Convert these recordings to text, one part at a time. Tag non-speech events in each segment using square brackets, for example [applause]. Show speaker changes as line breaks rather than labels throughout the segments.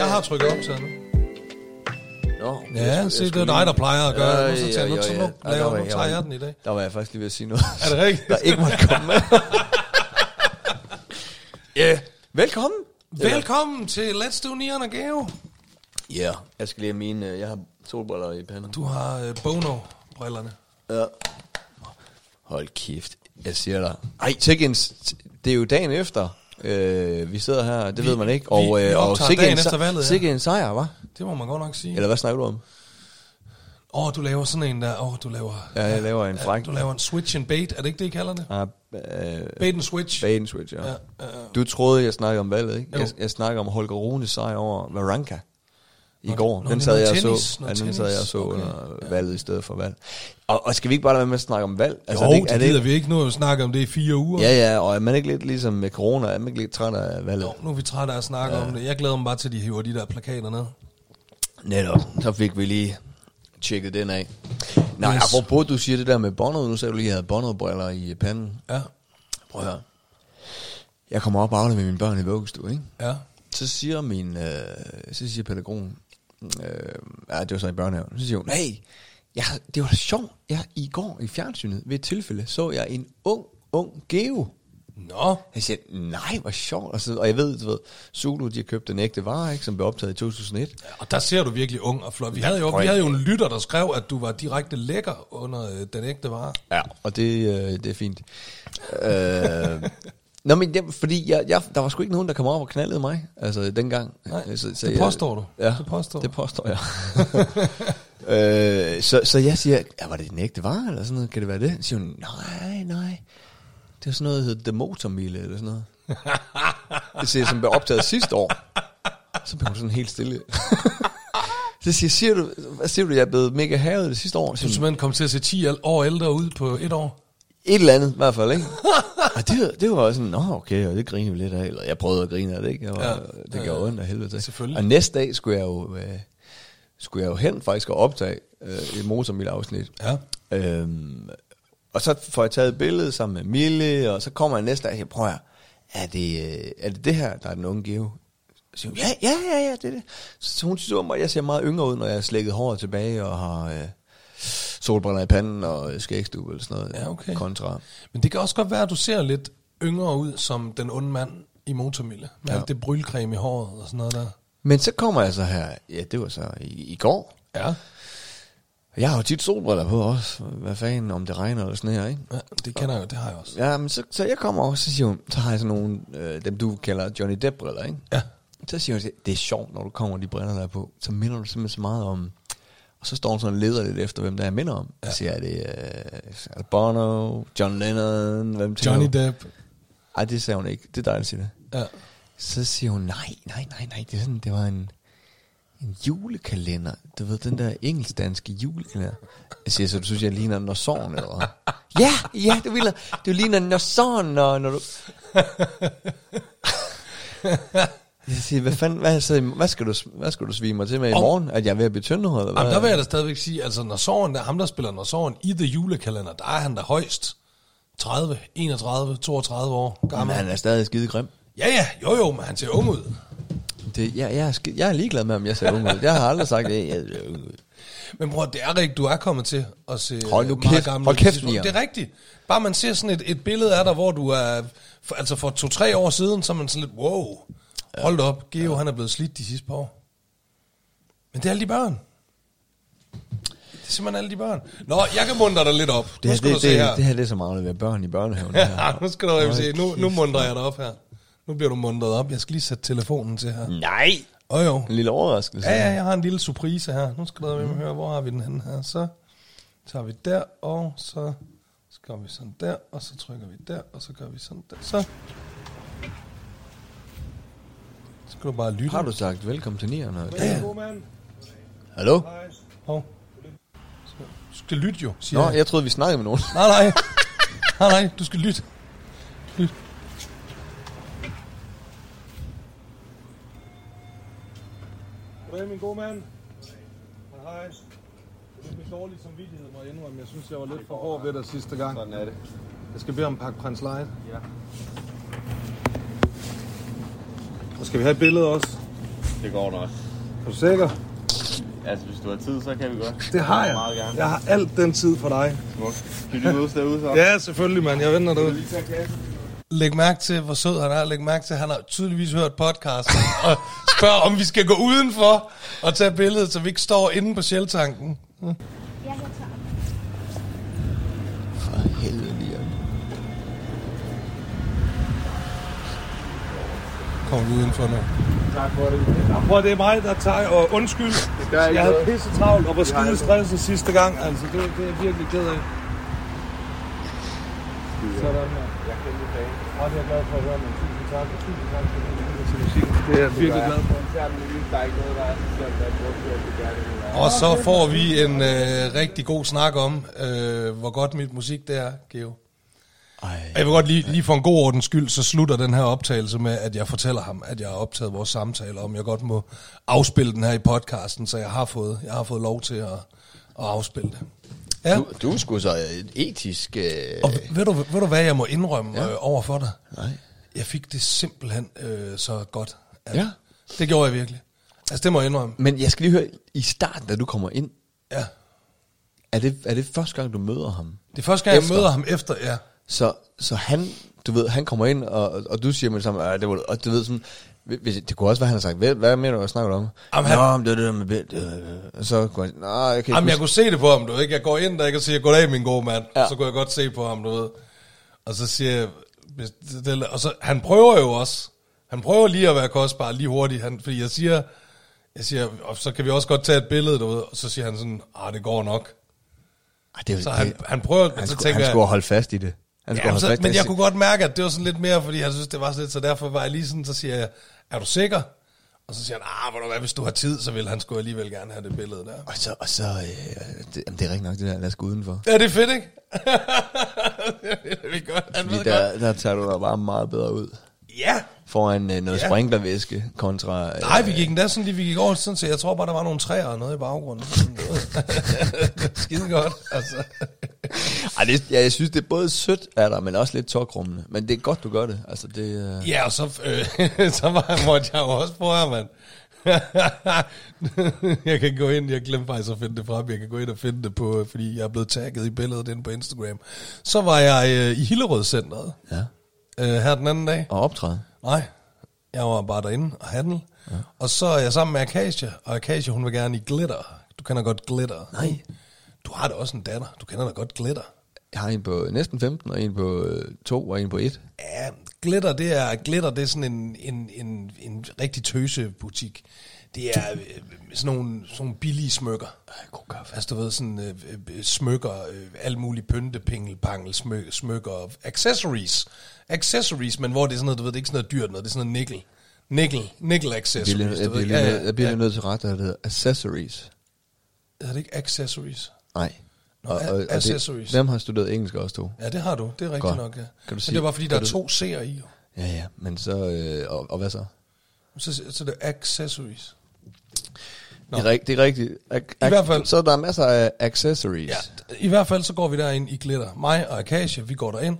har trykket optaget nu.
Nå,
Ja, se, det er dig, der plejer at gøre. det. Nu, så tænker, jeg, nu, så nu,
Ej, der var
laver, nu
jeg-
tager
var-
jeg den i dag.
Der var jeg faktisk lige ved at sige noget.
Er det rigtigt?
[laughs] Der ikke måtte
[laughs]
komme med. Ja, velkommen.
Velkommen til Let's Do Neon og Geo.
Ja, yeah. jeg skal lige have mine, øh, jeg har solbriller i panden.
Du har øh, Bono-brillerne.
Ja. Hold kæft, jeg siger dig. Ej, Tiggins, det er jo dagen efter. Øh, vi sidder her, det vi, ved man ikke. Og, øh,
vi- vi
og
optager
sikke
dagen
en,
efter valget, ja.
Sikke en sejr, hva'?
Det må man godt nok sige.
Eller hvad snakker du om?
Åh, oh, du laver sådan en der. Åh, oh, du laver...
Ja, jeg laver en fræk.
Du laver en switch and bait. Er det ikke det, I kalder det?
Ah, øh, ah,
Bait and switch.
Bait and switch, ja.
Ja,
ja
ja, ja.
Du troede, jeg snakkede om valget, ikke?
Jo.
Jeg, jeg snakker om Holger Runes sejr over Varanka i
Nå,
går.
nå,
den
det er
sad
noget
jeg og
tennis,
så, ja,
noget
den sad jeg og så
tennis, okay.
under valget i stedet for valg. Og, og skal vi ikke bare lade være med at snakke om valg?
Altså, jo,
er
det,
det, ikke- er
det
det,
gider
ikke-
vi ikke. Nu har vi snakket om det i fire uger.
Ja, ja, og er man ikke lidt ligesom med corona, er man ikke lidt træt af valget?
Jo, nu er vi trætte af at snakke ja. om det. Jeg glæder mig bare til, at de hiver de der plakater ned.
Netop, så fik vi lige tjekket den af. Nej,
Yes.
yes. apropos, du siger det der med Bono, nu sagde du lige, at jeg havde Bono-briller i panden.
Ja,
Prøv at høre. Jeg kommer op og afleverer mine børn i vuggestue, ikke?
ja.
Så siger min, øh, så siger pædagogen, øh, ja, det var så i børnehaven, så siger hun, hey, ja, det var da sjovt, ja, i går i fjernsynet, ved et tilfælde, så jeg en ung, ung geo.
Nå,
Jeg siger, nej, hvor sjovt, og, så, og jeg ved, du ved, Zulu, de har købt den ægte vare, ikke, som blev optaget i 2001.
og der ser du virkelig ung og flot. Vi havde jo, vi havde jo en lytter, der skrev, at du var direkte lækker under øh, den ægte vare.
Ja, og det, øh, det er fint. øh, Nå, men det, fordi jeg, jeg, der var sgu ikke nogen, der kom op og knaldede mig, altså dengang.
Nej,
så,
det
jeg-
påstår du.
Ja,
Det påstår du.
det påstår jeg. [laughs] øh, så, så jeg siger, ja, var det den ægte vare, eller sådan noget, kan det være det? Så siger hun, nej, nej, det var sådan noget, der hedder The Motormille, eller sådan noget. det siger jeg, som blev optaget sidste år. Så blev hun sådan helt stille. [laughs] så siger, jeg, siger du, hvad siger du, jeg er blevet mega havet det sidste år? Så
Du er simpelthen kom til at se 10 år ældre ud på et år.
et eller andet, i hvert fald, ikke? [laughs] og det, det var sådan, nå okay, og det griner vi lidt af, eller jeg prøvede at grine af det, ikke? Jeg var,
Ja,
ja, det gjorde
ja, ja.
ondt af helvede til.
Selvfølgelig.
Og næste dag skulle jeg jo, øh, skulle jeg jo hen faktisk og optage øh, et motormille-afsnit.
Ja.
Øhm, og så får jeg taget et billede sammen med Mille, og så kommer jeg næste dag og siger, prøv at høre, er det, øh, er det det her, der er den unge geo? Så siger hun, ja, ja, ja, ja, det er det. Så, så hun synes om mig, at jeg ser meget yngre ud, når jeg har slækket håret tilbage og har øh, solbriller i panden og øh, skægstube eller sådan noget.
Ja, okay.
Kontra.
Men det kan også godt være, at du ser lidt yngre ud som den onde mand i Motormille. Med ja. alt det brylcreme i håret og sådan noget der.
Men så kommer jeg så her, ja, det var så i, i går.
Ja.
Jeg har jo tit solbriller på også. Hvad fanden, om det regner eller sneer, ikke?
ja det kender jeg jo, det har jeg også.
Ja, men så, så jeg kommer over, så siger hun, så har jeg sådan nogle, øh, dem du kalder Johnny Depp-briller, ikke?
Ja.
Så siger hun, det er sjovt, når du kommer med de briller der er på, så minder du simpelthen så meget om, og så står hun sådan og leder lidt efter, hvem der jeg minder om. Ja. Så siger jeg, er det øh, er det Bono, John Lennon, hvem tænker
Johnny
du?
Depp.
Ej, det sagde hun ikke. Det er dig, der siger det.
Ja.
Så siger hun, nej, nej, nej, nej, det, er sådan, det var en, en julekalender. Du ved, den der engelsk-danske julekalender. Jeg siger, så du synes, jeg ligner når sorgen eller hvad? Ja, ja, du, ligner, du ligner når sorgen, når, når du... Jeg siger, hvad fanden, hvad, så, hvad, skal du, hvad skal du svige mig til med i
Og-
morgen? At jeg er ved at blive tyndhåret, eller hvad?
Jamen, der vil jeg da stadigvæk sige, altså når Soren, der, ham der spiller når Soren i The Julekalender, der er han da højst 30, 31, 32 år
Jamen,
gammel.
han er stadig skide grim.
Ja, ja, jo jo, men han ser ung ud.
Det, jeg, jeg, er skide, jeg er ligeglad med, om jeg ser ung ud. Jeg har aldrig sagt, at jeg, jeg, jeg,
Men bror, det er rigtigt, du er kommet til at se
Hold nu
øh, meget
kæft,
gammel
hold
ud på
kæft,
tidspunkt.
Nier.
Det er rigtigt. Bare man ser sådan et, et billede af dig, hvor du er, for, altså for to-tre år siden, så er man sådan lidt, wow, hold da op, Geo, han er blevet slidt de sidste par år. Men det er alle de børn. Det er simpelthen alle de børn. Nå, jeg kan muntre dig lidt op.
det,
nu
her,
skal du
det,
se her.
det, det, her det er så meget at være børn i børnehaven. det her.
Ja, [laughs] nu skal du jo se. Nu, nu mundrer jeg dig op her. Nu bliver du mundret op. Jeg skal lige sætte telefonen til her.
Nej!
Åh jo.
En lille overraskelse.
Ja, ja, jeg har en lille surprise her. Nu skal du med
Mhm.
høre, hvor har vi den henne her. Så tager vi der, og så skal vi sådan der, og så trykker vi der, og så gør vi sådan der. Så. Så skal du bare lytte.
Har du sagt velkommen til nierne?
Ja, ja.
Hallo?
Hov. Så- Du skal lytte jo, siger
Nå,
jeg.
jeg troede, vi snakkede med nogen.
Nej, nej. Nej, nej, du skal lytte. Lyt.
Goddag, min gode mand. Hej, hej. Det er med dårlig samvittighed, må jeg indrømme. Jeg synes, jeg var lidt for hård ved dig sidste gang. Sådan er det.
Jeg skal bede om en pakke prins light.
Og skal vi have et billede også?
Det går nok.
Er du sikker?
Altså, hvis du har tid, så kan vi godt.
Det har jeg.
Meget gerne.
Jeg har alt den tid for dig.
Smukt. Skal vi mødes derude så?
Ja, selvfølgelig, mand. Jeg venter derude.
Læg mærke til, hvor sød han er. Læg mærke til, at han har tydeligvis hørt podcasten og spørger, om vi skal gå udenfor og tage billedet, så vi ikke står inde på sjeltanken.
Ja, jeg tager.
For [laughs] helvede, Liam.
Kommer vi udenfor nu.
Prøv, det er mig, der tager, og undskyld.
gør ikke
Jeg havde
noget.
pisse travlt og var
har
skide
aldrig-
stresset sidste gang. Altså, det, det er jeg virkelig ked af. Sådan, mand. Jeg kan lide dagen. Og det er jeg glad for at høre, men tusind tak. og Tusind tak for at du lytter til musikken. Det er jeg virkelig glad for.
Der er ikke noget, der er så slemt, at du gerne vil være.
Og så får vi en øh, rigtig god snak om, øh, hvor godt mit musik det er, Geo.
Ej.
Og Jeg vil godt lige, lige for en god ordens skyld, så slutter den her optagelse med, at jeg fortæller ham, at jeg har optaget vores samtale, om jeg godt må afspille den her i podcasten, så jeg har fået, jeg har fået lov til at, at afspille det. Ja,
Du, du er sgu så et etisk... Øh,
og ved du, ved du hvad jeg må indrømme ja. øh, over for dig?
nej.
Jeg fik det simpelthen øh, så godt. At,
Ja.
Det gjorde jeg virkelig. Altså, det må jeg indrømme.
Men jeg skal lige høre, i starten, da du kommer ind,
Ja.
er det, er det første gang, du møder ham?
Det er første gang, efter.
Efter.
jeg møder ham efter, ja.
Så, så han, du ved, han kommer ind, og, og du siger med det samme, "Ah, det var, og du ved sådan, hvis, det kunne også være, han har sagt, hvad, hvad mener du, hvad snakker du om?
Jamen, han-
Jamen, han... Nå, men det er det der med bed. øh, øh." Og så går han, nej, jeg kan ikke
Jamen, jeg
huske."
kunne se det på ham, du ved ikke? Jeg går ind der, ikke, og siger, goddag, min gode mand. Ja.
Ja.
Så kunne jeg godt se på ham, du ved. Og så siger jeg, "Hvis det- det- og så, han prøver jo også. Han prøver lige at være kostbar, lige hurtigt. Han, fordi jeg siger, jeg siger, og så kan vi også godt tage et billede, du ved. Og så siger han sådan, ah, det går nok.
Ej, det, er-
Så
det,
han, han prøver, men
han,
så
skulle,
tænker
han
jeg,
skulle holde fast i det. Han skulle
Jamen,
holde
så,
fast
men
i det. Altså,
jeg kunne godt mærke, at det var sådan lidt mere, fordi han synes, det var sådan lidt, så derfor var jeg lige sådan, så siger jeg, er du sikker? Og så siger han, ah, hvor du hvad, hvis du har tid, så vil han sgu alligevel gerne have det billede der.
Og så, og så øh, det, jamen, det er rigtig nok det der, lad os gå udenfor.
Ja, det er fedt, ikke? [laughs] det er godt. Han
Fordi
ved godt.
der, der tager du dig bare meget bedre ud.
Ja.
Foran øh, noget
Ja.
ja. sprinklervæske kontra... Øh,
Nej, vi gik endda sådan lige, vi gik over sådan, så jeg tror bare, der var nogle træer og noget i baggrunden. Sådan noget. [laughs] Skide godt, altså.
Ej, det, ja, jeg synes, det er både sødt af dig, men også lidt tokrummende. Men det er godt, du gør det. Altså, det, øh,
Ja, og så, øh, [laughs] så var, måtte jeg jo også prøve her, mand. [laughs] jeg kan gå ind, jeg glemte faktisk at finde det frem, jeg kan gå ind og finde det på, øh, fordi jeg er blevet tagget i billedet inde på Instagram. Så var jeg øh, i Hillerød Centeret
ja.
øh, her den anden dag.
Og optræde.
Nej, jeg var bare derinde og handle. Ja. Og så er jeg sammen med Akasia, og Akasia, hun vil gerne i glitter. Du kender godt glitter.
Nej.
Du har da også en datter, du kender da godt glitter.
Jeg har en på næsten 15, og en på øh, 2, og en på 1.
Ja, glitter, det er, glitter, det er sådan en, en, en, en rigtig tøse butik. Det er øh, sådan nogle, sådan nogle billige smykker.
god kaffe.
Altså, du ved, sådan øh, øh, smykker, øh, alle mulige pyntepingelpangel, smykker, smykker, accessories. Accessories, men hvor det er sådan noget, du ved, det er ikke sådan noget dyrt noget, det er sådan noget nickel. Nickel, nickel accessories.
Billig, jeg
du ved,
bliver,
ja,
ja,
ja,
nød, jeg bliver ja. nødt til at rette, at det hedder accessories.
Er det ikke accessories?
Nej.
Nå, a- accessories.
Det, dem har studeret engelsk også to.
Ja, det har du. Det er rigtigt
Godt.
nok, ja.
Kan du
Men
sige-
det er bare, fordi der er
kan du-
to C'er i. jo.
Ja, ja. Men så, øh, og, og hvad så?
Så, så er det accessories. Nå.
Det er, rig- det er rigtigt. Ac- ac-
hvert fald-
Så er der masser af accessories.
Ja, i hvert fald så går vi derind i glitter. Mig og Akasia, vi går derind,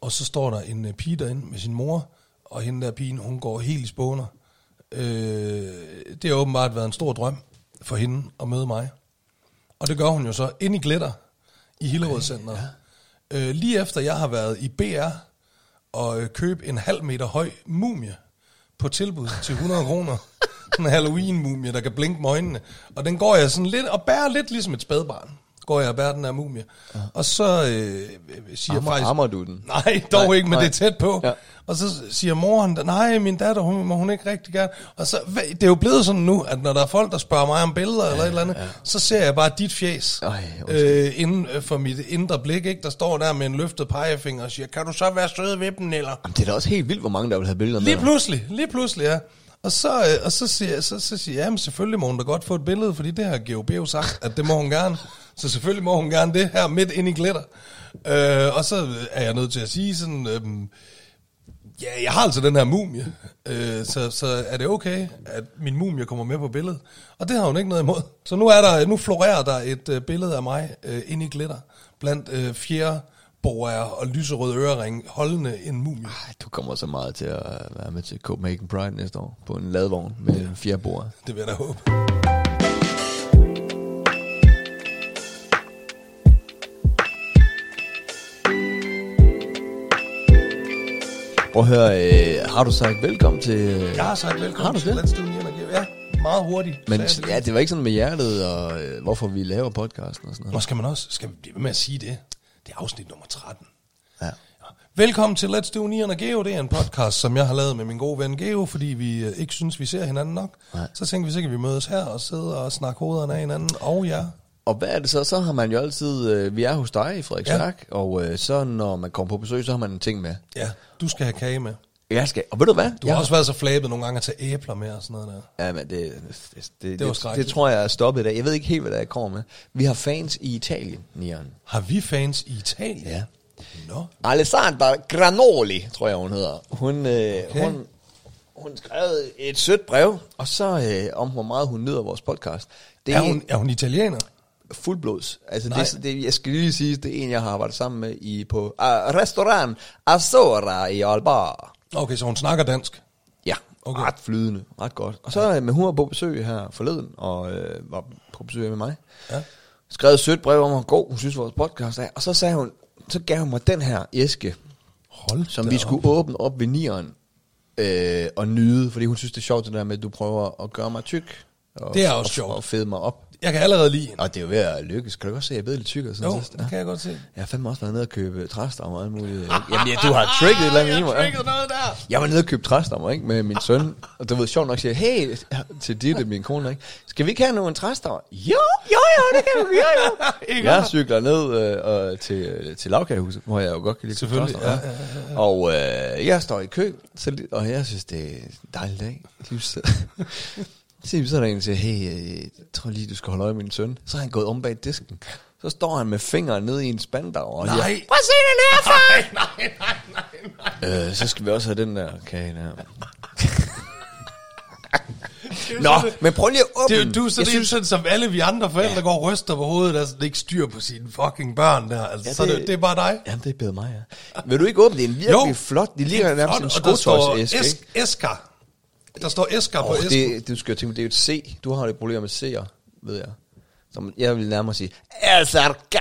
og så står der en øh, pige derinde med sin mor, og hende der pigen, hun går helt i spåner. Øh, det har åbenbart været en stor drøm for hende at møde mig. Og det gør hun jo så ind i glitter i Hillerød Center. Ja. Øh, lige efter jeg har været i BR og øh, købt en halv meter høj mumie på tilbud til 100 kroner. Sådan en Halloween-mumie, der kan blinke med øjnene. Og den går jeg sådan lidt og bærer lidt ligesom et spædbarn. Går jeg og bærer den her mumie. Ja. Og så øh, øh, siger
Ammer-
jeg faktisk...
ammer du den?
Nej, dog
Nej,
ikke, men
nej.
det er tæt på. Ja.
Ja.
Og så siger moren, nej, min datter, hun må hun ikke rigtig gerne. Og så, hvad- det er jo blevet sådan nu, at når der er folk, der spørger mig om billeder eller et eller andet, ja. så ser jeg bare dit fjes
Ej, undskyld.
øh, inden øh, for mit indre blik, ikke, der står der med en løftet pegefinger og siger, kan du så være sød ved dem, eller?
Jamen, det er da også helt vildt, hvor mange der vil have billeder
Lige
med dig.
pludselig, lige pludselig, ja. Og så, øh, og så siger jeg, så, så siger jeg, jamen selvfølgelig må hun da godt få et billede, fordi det har GOB jo sagt, at det må hun gerne. Så selvfølgelig må hun gerne det her midt ind i glitter. Øh, og så er jeg nødt til at sige sådan, øh, ja, jeg har altså den her mumie, øh, så, så er det okay, at min mumie kommer med på billedet. Og det har hun ikke noget imod. Så nu, er der, nu florerer der et øh, billede af mig øh, ind i glitter, blandt øh, fjerde boer og lyserøde ørering holdende en mumie.
Ej, du kommer så meget til at øh, være med til Copenhagen Pride næste år på en ladvogn med en fjerbord.
Det vil jeg da håbe.
Prøv at høre, øh, har du sagt velkommen til... øh,
Jeg har sagt velkommen
Har du
til
det?
Let's Do Neon Again. Ja, meget hurtigt.
Men
sagde jeg det.
ja, det var ikke sådan med hjertet, og øh, hvorfor vi laver podcasten og sådan
Nå,
noget.
skal man også, skal vi blive ved med at sige det? Det er afsnit nummer 13.
Ja.
Velkommen til Let's Do Nieren og Geo. Det er en podcast, som jeg har lavet med min gode ven Geo, fordi vi øh, ikke synes, vi ser hinanden nok.
Nej.
Så tænker vi, så kan vi mødes her og sidde og snakke hovederne af hinanden og jer.
Og hvad er det så? Så har man jo altid... Øh, vi er hos dig i Frederiksværk, ja. og øh, så når man kommer på besøg, så har man en ting med.
Ja, du skal have kage med.
Jeg skal... Og ved du hvad?
Du ja. har også været så flabet nogle gange at tage æbler med og sådan noget der.
Ja, men det, det, det,
var
det,
skrækkeligt.
det tror jeg er stoppet i dag. Jeg ved ikke helt, hvad der er, jeg kommer med. Vi har fans i Italien, Nian.
Har vi fans i Italien?
Ja.
Nå,
Alessandra Granoli, tror jeg, hun hedder. Hun, øh,
Okay.
okay. hun, hun skrev et sødt brev, og så øh, om, hvor meget hun nyder vores podcast. Det
det
er,
er, hun, er hun italiener?
fuldblods. Altså,
Nej.
det, er- det, jeg skal lige sige, det er en, jeg har arbejdet sammen med i, på uh, restaurant Azora i Alba.
Okay, så hun snakker dansk.
Ja,
Okay.
okay. ret flydende, ret godt. Og så øh, men hun var på besøg her forleden, og øh, var på besøg med mig.
Ja.
Skrev et sødt brev om, hvor god hun synes, vores podcast er. Og så sagde hun, så gav hun mig den her æske,
Hold
som
da
vi
op.
skulle åbne op ved nieren øh, og nyde, fordi hun synes, det er sjovt det der med, at du prøver at gøre mig tyk. Og,
Det er også
og,
sjovt.
Og fede mig op.
Jeg kan allerede lide hende.
Og det er jo ved at lykkes. Kan du godt se, at jeg er blevet lidt tykkere siden
Jo,
sidst?
det kan jeg godt se.
Jeg har fandme også været nede og købe træstammer og alt muligt. [laughs] Jamen, ja, du har trigget et eller andet i mig. ja.
noget der.
Jeg var nede og købe træstammer, ikke? Med min søn. Og du ved, sjovt nok siger, jeg, hey, til Ditte, min kone, ikke? Skal vi ikke have nogle træstammer? Jo, jo, jo, det kan du, jo, jo. jeg cykler ned øh, øh, til, øh, til lavkagehuset, hvor jeg jo godt kan lide at købe
Selvfølgelig,
træstammer. Og øh, jeg står i kø, så, li- og jeg synes, det er en dejlig dag. Livs- [laughs] Så så er der en, der siger, hey, øh, jeg tror lige, du skal holde øje med min søn. Så er han gået om bag disken. Så står han med fingeren ned i en spandau og siger,
Nej.
prøv at se den her, far!
Nej, nej, nej, nej.
Øh, så skal vi også have den der kage der.
Det er jo sådan,
Nå, men prøv lige at åbne
Det er
den.
jo du er sådan
jeg
synes, sådan, som alle vi andre forældre ja. går og ryster på hovedet, der sådan ikke styr på sine fucking børn der. Altså, ja,
Ja,
det, så er det,
det-
det er bare dig.
Jamen, det er bedre mig, ja. Vil du ikke åbne det? Det er en virkelig
Jo,
jo, flot. Det
Det
ligner
er
nærmest
flot,
en
og der står
skotøjs æske.
æsk- æsker. Der står æsker på
Oh,
æsken.
det, du skal jo tænke, det er jo et C. Du har jo et problem med C'er, ved jeg. Som jeg vil nærmere sige, Azarka.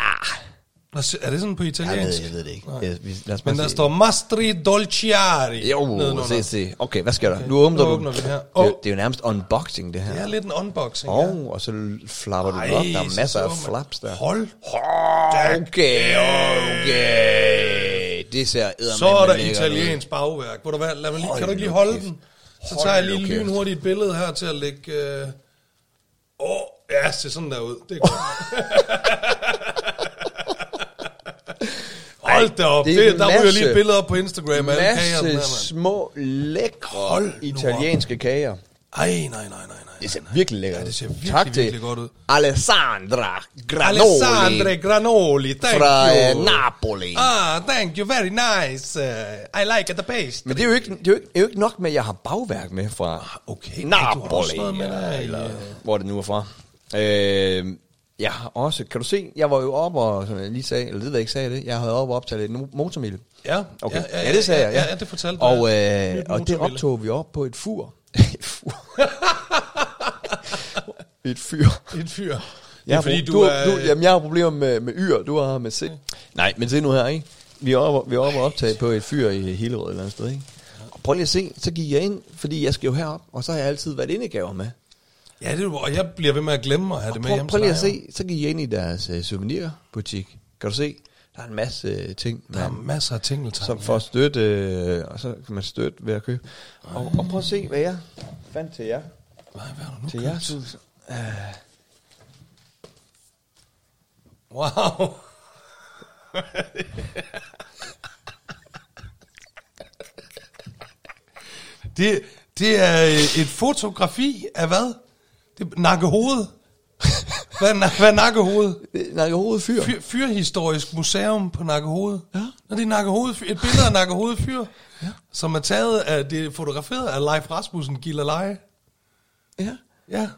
Nå, se- Er det sådan på
Jeg ved,
italiensk?
jeg ved det ikke.
Nej.
Jeg, vi, lad os
Men
bare
der
se.
står Mastri Dolciari.
Jo,
nedenunder.
se, se. Okay, hvad sker der?
Okay,
Nu åbner
nu
du.
åbner vi
den.
her.
Det,
Åh.
er jo- det er jo nærmest unboxing, det her.
Det er lidt en unboxing, ja.
Åh, og så flapper du den op. Der
Ej,
er masser
så
af
så man-
flaps der.
Hold.
Okay, okay. Det ser eddermame
Så er der
lækkert ud.
italiensk bagværk. Hvor du hvad, lad mig lige, kan
Hold
du ikke lige
nu
holde
kæft.
den? Så
Hold
tager jeg lige
nu kæft.
lynhurtigt et billede her til at lægge... øh, Åh, øh... oh, ja, se sådan der ud. Det er
[laughs]
godt. Hold da op.
det
Det,
er en
der ryger
masse-
lige et billede op på Instagram. af Alle kager, den her,
Masse
mand.
små, lækre
Hold nu
italienske kager.
Ej, nej, nej, nej, nej.
Det ser
nej.
virkelig lækkert
Ja,
ud.
det ser virkelig,
tak til
virkelig godt ud.
Alessandra Granoli
Alessandre Granoli, thank
fra
you.
øh, Napoli.
Ah, thank you, very nice. Uh, I like the pastry.
Men det er, jo ikke, det, er jo ikke, det er jo ikke nok med, at jeg har bagværk med fra
Okay, du har også
Napoli,
noget med
eller,
dig,
eller
øh.
hvor det nu er fra. Øh, jeg har også, kan du se, jeg var jo oppe og, som jeg lige sagde, eller det ved jeg ikke, sagde jeg det, jeg havde oppe og optaget et mo- motormil.
Ja,
okay.
ja, ja,
ja, ja, det sagde
ja,
jeg, ja.
ja, ja, det fortalte du,
og,
ja.
øh,
Nyt
og det
motormille.
optog vi op på et
[laughs]
fur. et fur. [laughs] et fyr.
En fyr. Det
Jeg
er
har,
fordi,
fordi
du,
øh, du, du,
er... Mm.
du, jamen, jeg har problemer med, med yr, du har med C. Nej, men se nu her, ikke? Vi er oppe, vi er oppe og optage på et fyr i Hillerød et eller andet sted, ikke? Og prøv lige at se, så gik jeg ind, fordi jeg skal jo herop, og så har jeg altid været indegaver med.
Ja, det er, du, og jeg bliver ved med at glemme at have det med
Prøv,
hjem
prøv
til
lige at
dig,
se, så gik jeg ind i deres øh, souvenirbutik. Kan du se? Der er en masse øh, ting,
jo. Der er
man,
masser af ting,
som får støtte, øh, og så kan man støtte ved at købe. Og, og prøv at se, hvad jeg fandt til jer.
Nej, hvad har du nu
Til
købt?
jer, Sus.
Wow. [laughs] det, det er øh, et fotografi af hvad? Det er nakkehoved. Hvad er, na- hvad er nakkehoved?
Øh, Nakkehovedet fyr.
Fyr, fyrhistorisk museum på Nakkehoved. Ja. Nå, det er Nakkehoved, Fyr- et billede af Nakkehoved Fyr, ja. som er taget af, det er fotograferet af Leif Rasmussen Gilleleje.
Ja.
Ja.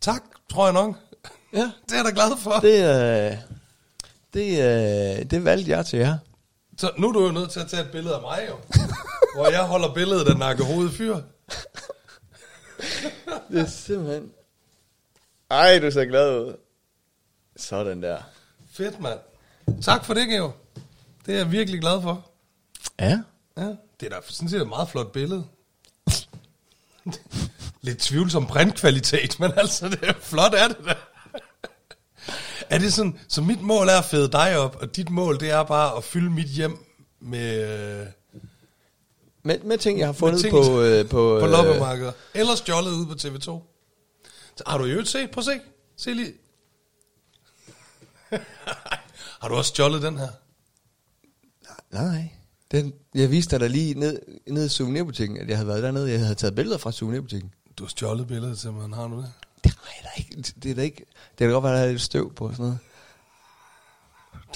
Tak, tror jeg nok. [laughs]
Ja.
Det er jeg da glad for. Det.
Det, øh, Det, øh, det valgte jeg til jer.
Så nu er du jo nødt til at tage et billede af mig, [laughs] jo. hvor jeg holder billedet af nakkehovedet fyr.
Det er simpelthen... Ej, du ser glad ud. Sådan der.
Fedt, mand. Tak for det, Geo. Det er jeg virkelig glad for.
Ja.
Ja, det er da sådan set et meget flot billede. Lidt tvivlsom printkvalitet, men altså, det er flot er det da. Er det sådan, så mit mål er at fede dig op, og dit mål, det er bare at fylde mit hjem med, øh,
Med, med ting, jeg har
med
fundet på... Øh, på,
på
øh,
loppemarkeder. Eller stjålet ude på TV2. Så har du i øvrigt set? Prøv at se. Se lige. [laughs] har du også stjålet den her?
Nej. Den, jeg viste dig da lige ned, ned i souvenirbutikken, at jeg havde været dernede. Jeg havde taget billeder fra souvenirbutikken.
Du har stjålet billedet til mig, har du det?
Det har jeg da ikke. Det, det er da ikke... Det kan da godt være, at der er lidt støv på og sådan noget.
[laughs]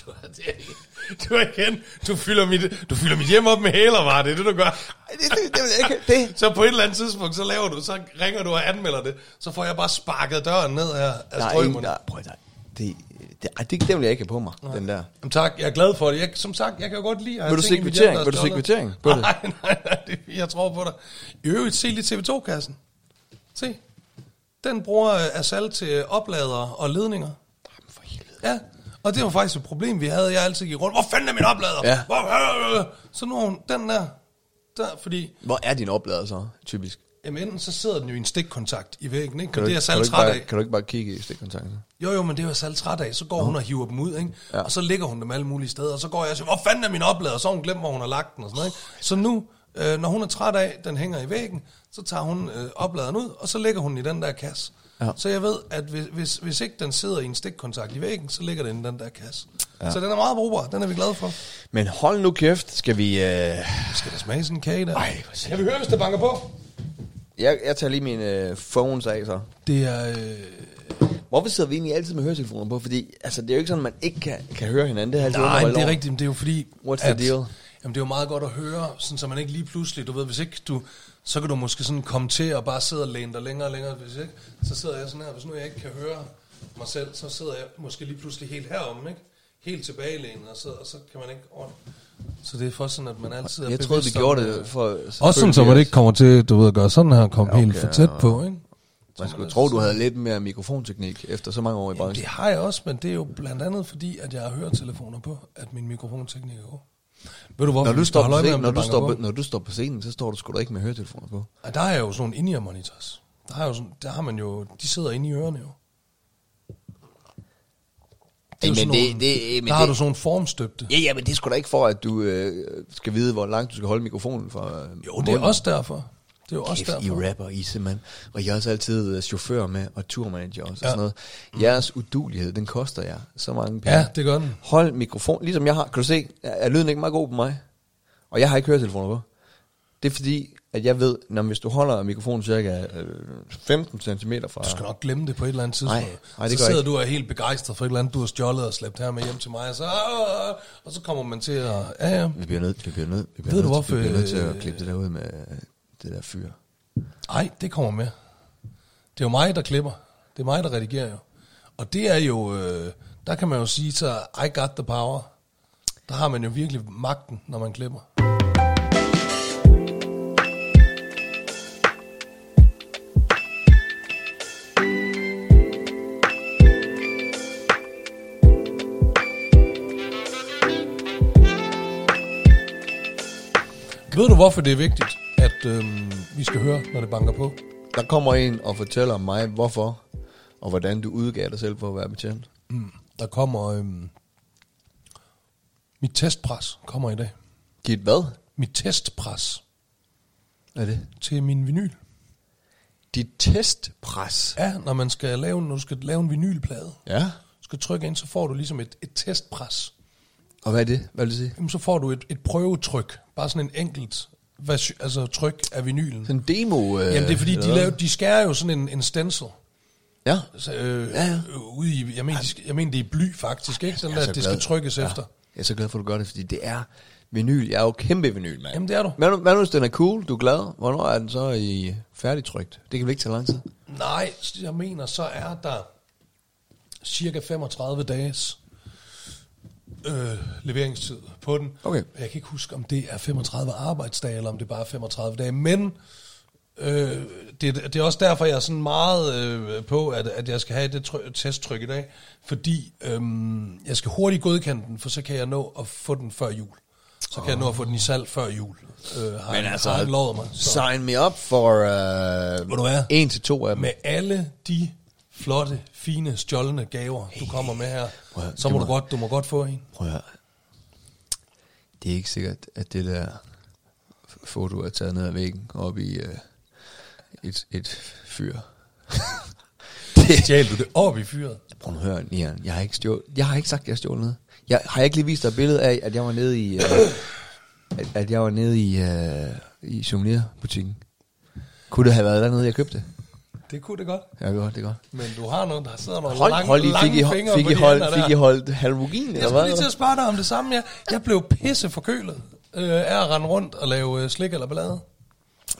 Du, er- det, er- du er igen, du fylder, mit, du fylder mit hjem op med hæler, var det er det, du gør?
Ej, Det, det, det, det, det, det,
Så på et eller andet tidspunkt, så laver du, så ringer du og anmelder det, så får jeg bare sparket døren ned her af
der er ingen,
strømmerne.
der, prøv, der, det, det, ej, det, den vil jeg ikke have på mig, den der.
Jamen tak, jeg er glad for det. Jeg, som sagt, jeg kan jo godt lide at have
Vil du
ting
se
i mit
kvittering?
hjem, der er
Vil du se
stjålet.
kvittering på det?
[laughs] Nej, nej, nej, det, jeg tror på dig. I øvrigt, se lige TV2-kassen. Se, den bruger øh, asalt til opladere og ledninger.
Jamen, for helvede.
Ja, og det var faktisk et problem, vi havde. Jeg altid gik rundt, hvor fanden er min oplader?
Ja.
Hvor- Så nu har hun den der, der fordi
Hvor er din oplader så, typisk?
jamen, enten så sidder den jo i en stikkontakt i væggen, ikke?
Kan
og
du,
det er
ikke- kan, du
salt
ikke
træt
bare,
af.
kan du ikke bare kigge i stikkontakten?
Jo, jo, men det er jo salt træt af. Så går hun og hiver dem ud, ikke?
Ja.
Ja. og så ligger hun dem alle mulige steder. Og så går jeg og siger, hvor fanden er min oplader? Så har hun glemt, hvor hun har lagt den og sådan noget. Ikke? Så nu, øh, når hun er træt af, den hænger i væggen, så tager hun øh, opladeren ud, og så lægger hun den i den der kasse.
Ja.
Ja. Så jeg ved, at hvis, hvis, hvis ikke den sidder i en stikkontakt i væggen, så ligger den i den der kasse. Ja. Så den er meget brugbar, den er vi glade for.
Men hold nu kæft, skal vi... Øh...
Skal der smage sådan en kage der?
Ej, hvor
Kan vi høre, hvis der banker på?
Jeg, jeg tager lige mine øh, phones af så.
Det er... Øh,
Hvorfor sidder vi egentlig altid med høretelefoner på? Fordi altså, det er jo ikke sådan, at man ikke kan, kan høre hinanden. Det har jeg altid
Nej,
undret mig
men det er
over.
rigtigt, men det er jo fordi...
What's the deal?
Jamen, det er jo meget godt at høre, sådan, så man ikke lige pludselig, du ved, hvis ikke du... Så kan du måske sådan komme til og bare sidde og læne dig længere og længere, hvis ikke... Så sidder jeg sådan her, hvis nu jeg ikke kan høre mig selv, så sidder jeg måske lige pludselig helt herom, ikke? Helt tilbage og så, og så kan man ikke... ordne- Så det er for sådan, at man altid er
Jeg troede, vi
bevidst
gjorde
om, øh,
det for...
Også sådan, så man ikke kommer til, du ved, at gøre sådan her, komme
Ja,
ja,
okay,
helt for tæt
ja.
på, ikke?
Man skulle tro, du havde lidt mere mikrofonteknik efter så mange år i
Jamen,
branchen.
det har jeg også, men det er jo blandt andet fordi, at jeg har høretelefoner på, at min mikrofonteknik er god. Ved du hvorfor?
Når du,
vi skal
står
holde
på
øje med,
scenen,
om
når,
det
du
banker
står
på?
på, når du står på scenen, så står du sgu da ikke med høretelefoner på.
Ej, der er jo sådan nogle in monitors. Der, er jo sådan, der har man jo, de sidder inde i ørerne jo. Det er jo
Ej,
sådan
men det-
nogle,
det- men
der har
det-
du sådan nogle formstøbte.
Ja, ja, men det er sgu da ikke for, at du øh, skal vide, hvor langt du skal holde mikrofonen fra. øh,
Jo, det er
munden.
også derfor. Det er jo også
Kæft, I
derfor.
rapper, I simpelthen. Og jeg er også altid øh, chauffør med, og turmanager også, ja. og
Ja. Mm.
sådan noget. Jeres udulighed, den koster jer så mange penge.
Ja, det gør den.
Hold mikrofon, ligesom jeg har. Kan du se, er er lyden ikke meget god på mig? Og jeg har ikke høretelefoner på. Det er fordi, at jeg ved, når hvis du holder mikrofonen cirka øh, 15 cm fra...
Du skal nok glemme det på et eller andet tidspunkt.
Nej, nej, det
så
gør jeg
sidder du og er helt begejstret for et eller andet, du har stjålet og slæbt her med hjem til mig, og så, "Åh!" og så kommer man til at... Ja, ja.
Vi bliver nødt vi bliver nødt, vi bliver
Ved du
nødt,
hvorfor,
vi bliver nødt til
øh,
at klippe det der ud med øh, det der fyr.
Nej, det kommer med. Det er jo mig, der klipper. Det er mig, der redigerer jo. Og det er jo, øh, der kan man jo sige så, I got the power. Der har man jo virkelig magten, når man klipper. Ved du, hvorfor det er vigtigt, at øh, vi skal høre, når det banker på?
Der kommer en og fortæller mig, hvorfor og hvordan du udgav dig selv for at være betjent.
Mm. Der kommer... Øhm, mit testpres kommer i dag.
Giv hvad?
Mit testpres
Er det?
til min vinyl.
Dit testpres.
Ja, når man skal lave, når du skal lave en vinylplade,
Ja.
du skal trykke ind, så får du ligesom et, et testpres.
Og hvad er det? Hvad vil det sige?
Jamen, så får du et, et prøvetryk. Bare sådan en enkelt version- altså, tryk af vinylen.
Sådan en demo... Øh,
Jamen, det er fordi,
eller
de,
hvad?
laver, de skærer jo sådan en, en stencil.
Ja.
Så, øh,
Ja,
ja,
ja.
ja. Ude i, jeg, mener, de skal- jeg mener, det er bly faktisk, ikke? Sådan
Jeg
der,
er så
at det
glad.
skal trykkes
ja.
efter.
Jeg er så glad for, at du gør det, fordi det er vinyl. Jeg er jo kæmpe vinyl, mand.
Jamen, det er du.
Hvad, nu- hvad nu, hvis den er cool? Du er glad? Hvornår er den så i færdigtrykt? Det kan vel ikke tage lang tid?
Nej, jeg mener, så er der cirka 35 dages øh, leveringstid på den.
Okay.
Jeg kan ikke huske, om det er 35 arbejdsdage, eller om det bare er 35 dage, men øh, det, det er også derfor, jeg er sådan meget øh, på, at, at jeg skal have det try- testtryk i dag, fordi øh, jeg skal hurtigt godkende den, for så kan jeg nå at få den før jul. Så kan oh. jeg nå at få den i salg før jul. Øh, har,
Men
han-
altså,
har han lovet mig. Så.
Sign me up for uh,
Ved du hvad?
en til to af dem.
med alle de flotte, fine, stjålne gaver, du kommer med her,
Prøv at-
så
det
må du
må-
godt, du må godt få en.
Prøv at høre. Det er ikke sikkert, at det der f- foto er taget ned ad væggen op i øh, et, et fyr. [laughs] det,
Stjæl du det op i fyret?
prøv nu at høre, Nian. Jeg har ikke, stjål, jeg har ikke sagt, at jeg stjål noget. Jeg har jeg ikke lige vist dig et billede af, at jeg var nede i... Øh, at, at jeg var nede i, øh, i souvenirbutikken. Kunne det have været dernede, jeg købte?
Det kunne det godt.
Ja, det er godt, det er godt.
Men du har nogle, der sidder nogle
Hold,
lange,
hold lige,
lange
fik I, ho-
fingre
fik
på
I,
de
hold,
hænder
fik I
der.
holdt halvogin,
Jeg
eller
skulle
hvad?
lige til at spørge dig om det samme. Jeg, jeg blev pisse forkølet øh, af at rende rundt og lave øh, slik eller ballade.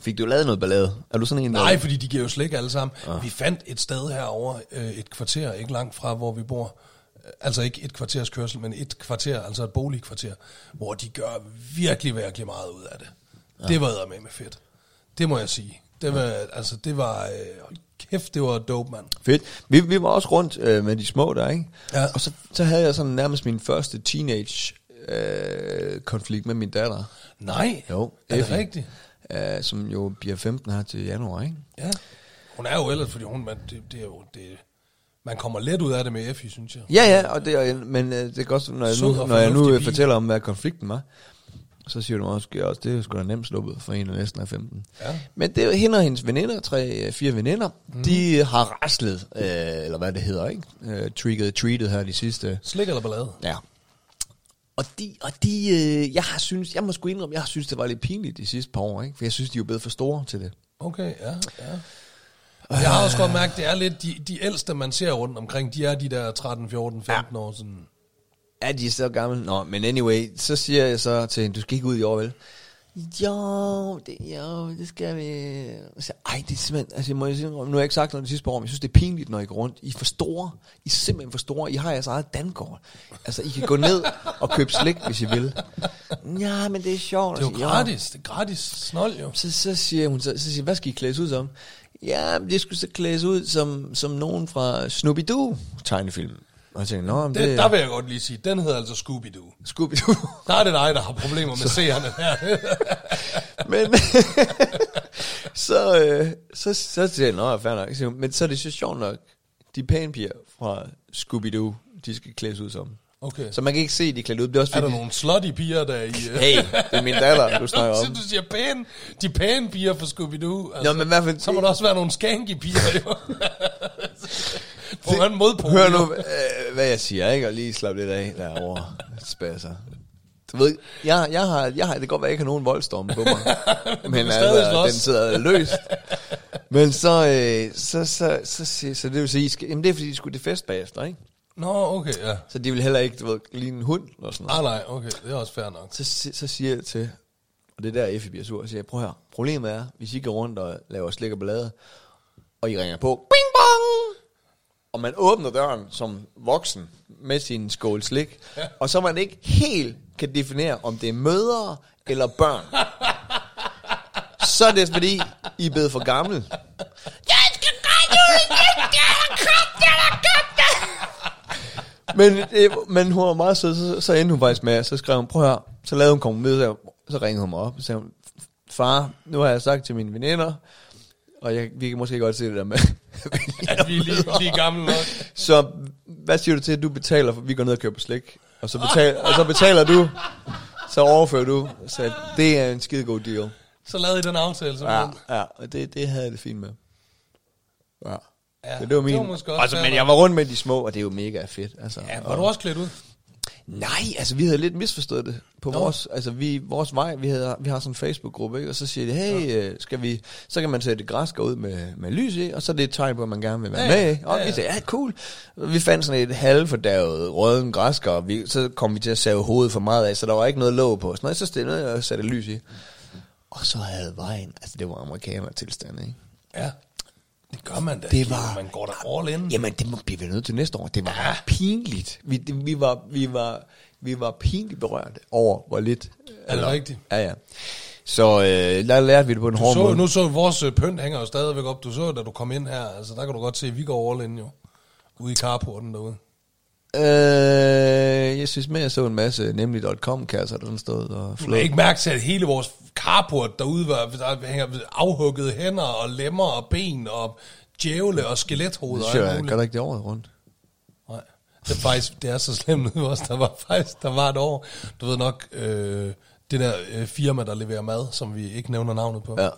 Fik du lavet noget ballade? Er du sådan en, der...
Nej, fordi de giver jo slik alle sammen. Vi fandt et sted herover øh, et kvarter, ikke langt fra, hvor vi bor. Altså ikke et kvarters kørsel, men et kvarter, altså et boligkvarter, hvor de gør virkelig, virkelig meget ud af det. Ja. Det var med med fedt. Det må jeg sige. Det var, altså, det var, øh, hold kæft, det var dope, mand.
Fedt. Vi, vi var også rundt øh, med de små der, ikke?
Ja.
Og så, så havde jeg sådan nærmest min første teenage øh, konflikt med min datter.
Nej,
Jo,
er det
Effie.
rigtigt?
Øh, som jo bliver 15 her til januar, ikke?
Ja. Hun er jo ellers, fordi hun, man, det, det er jo, det, man kommer let ud af det med Effie, synes jeg.
Ja, ja, og det, og, jeg- men øh, det er godt, når jeg
Sød
nu,
og
når jeg nu
fornuftig
øh,
pige.
fortæller om, hvad konflikten var, så siger du måske også, det er jo sgu da nemt sluppet for en, der næsten er 15.
Ja. Mhm.
Men det er jo hende og hendes veninder, tre, øh, fire veninder, mm. de har raslet, øh, eller hvad det hedder, ikke? Øh, trigget, treated her de sidste
Slik eller ballade?
Ja. Og de, og de øh, jeg har synes, jeg må sgu indrømme, jeg har synes, det var lidt pinligt de sidste par år, ikke? For jeg synes, de er jo blevet for store til det.
Okay, ja, ja.
Øh.
Og jeg har også godt mærket, det er lidt de, de ældste, man ser rundt omkring, de er de der 13, 14, 15 ja. år. Sådan.
Ja, de er så gamle. Nå, men anyway, så siger jeg så til hende, du skal ikke ud i år, vel? Jo, det, jo, det skal vi. Og Så, ej, det er simpelthen, altså, må jeg sige, nu har jeg ikke sagt noget de sidste par år, men jeg synes, det er pinligt, når I går rundt. I er for store. I er simpelthen for store. I har jeres eget dankort. Altså, I kan gå ned og købe slik, hvis I vil. Ja, men det er sjovt.
Det er
Og
jo
så, "Jo."
gratis, det er gratis snold jo.
Så, så siger hun, så, så siger, jeg, hvad skal I klædes ud som? Ja, men det skulle så klædes ud som, som nogen fra Scooby-Doo tegnefilm. Og jeg tænkte, nå, men det,
Det, der vil jeg godt lige sige, den hedder altså Scooby-Doo.
Scooby-Doo. [laughs]
Der er det dig, der har problemer med seerne her.
men [laughs] så, øh, så, så siger jeg, nå, fair nok. Så siger hun, Men så er det så sjovt nok, de pæne piger fra Scooby-Doo, de skal klædes ud som.
Okay,
Så man kan ikke se, at de er klædt ud. Det er også
er der
fordi-
nogle slutty piger, der er i... øh,
Hey, det er min datter, du snakker
[laughs] Så
om.
du siger pæne, de pæne piger fra Scooby-Doo. Altså,
Nå, men i hvert fald...
Så må der også være nogle skanky piger
[laughs]
jo. På en modpol.
Hør
jo.
nu, øh, hvad jeg siger, ikke? Og lige slap lidt af derovre. Spasser. Du ved, jeg, jeg, har, jeg har, det kan godt være, at jeg ikke har nogen voldstorme på mig. men
kan stadig
altså, den
slås.
sidder løst. Men så, øh, så, så, så, så, så, det vil sige, I skal, jamen det er fordi, de skulle til fest bagefter, ikke?
Nå, okay, ja.
Så de vil heller ikke, du ved, ligne en hund eller sådan noget.
Ah, nej, okay, det er også fair
[laughs]
nok.
Så, si- så siger jeg til, og det er der Effie bliver sur, og siger, prøv her, problemet er, hvis I går rundt og laver slik og ballade, og I ringer på, bing bong, og man åbner døren som voksen med sin skål slik, og så man ikke helt kan definere, om det er mødre eller
[laughs]
børn, så er det fordi, I er blevet for gamle. Men, øh, men hun var meget sød, så, så endte hun faktisk med, at- så skrev hun, prøv her, så lavede hun komme med, så, så ringede hun mig op, og sagde hun, far, nu har jeg sagt til mine veninder, og jeg, vi kan måske godt se det der med, [laughs]
At vi er lige, lige gamle nok.
så hvad siger du til, at du betaler, for vi går ned og køber slik, og så betaler, og så betaler du, så overfører du, så det er en skide god deal.
Så lavede I den aftale, så
Ja, ja og det, det havde jeg det fint med. Ja.
Ja,
Ja, det var min.
det var måske også
altså,
fair
men
nok.
jeg var rundt med de små, og det er jo mega fedt. Altså.
Ja, var
og-
du også klædt ud?
Nej, altså vi havde lidt misforstået det på
Nå.
vores, altså vi, vores vej, vi, havde, vi har sådan en Facebook-gruppe, ikke? og så siger de, hey, øh, skal vi, så kan man sætte græsk ud med, med lys i, og så er det et tegn på, at man gerne vil være
Ja,
med,
ja.
ikke? og
Ja,
vi
ja.
sagde, ja, cool. Og Vi fandt sådan et halvfordavet røden græsker, og vi, så kom vi til at save hovedet for meget af, så der var ikke noget låg på, og sådan noget, så stillede jeg og satte lys i. Og så havde vejen, altså det var amerikaner tilstand, ikke?
Ja. Det gør man da.
Det
Geo.
var-
Man går da all in.
Jamen, det må, bliver vi nødt til næste år. Det var ja. pinligt. Vi, det, vi, var, vi, var, vi var pinligt berørte over, hvor lidt...
Er det rigtigt?
Ja, ja. Så øh, der lærte vi det på en
Du
hård
så,
måde.
nu så vores øh, pynt hænger jo stadigvæk op. Du så, jo, da du kom ind her. Altså, der kan du godt se, at vi går all in jo. Ude i carporten derude.
Øh, jeg synes mere, jeg så en masse nemlig.com-kasser, der stod og
Du kan
flød.
ikke mærke til, at hele vores carport derude var, der hænger afhuggede hænder og lemmer og ben og djævle og skelethoveder.
Det
og
synes
alt
jeg,
muligt.
gør der ikke det året rundt.
Nej. Det er faktisk, det er så slemt nu også. Der var faktisk, der var et år, du ved nok, øh, det der øh, firma, der leverer mad, som vi ikke nævner navnet på.
Ja.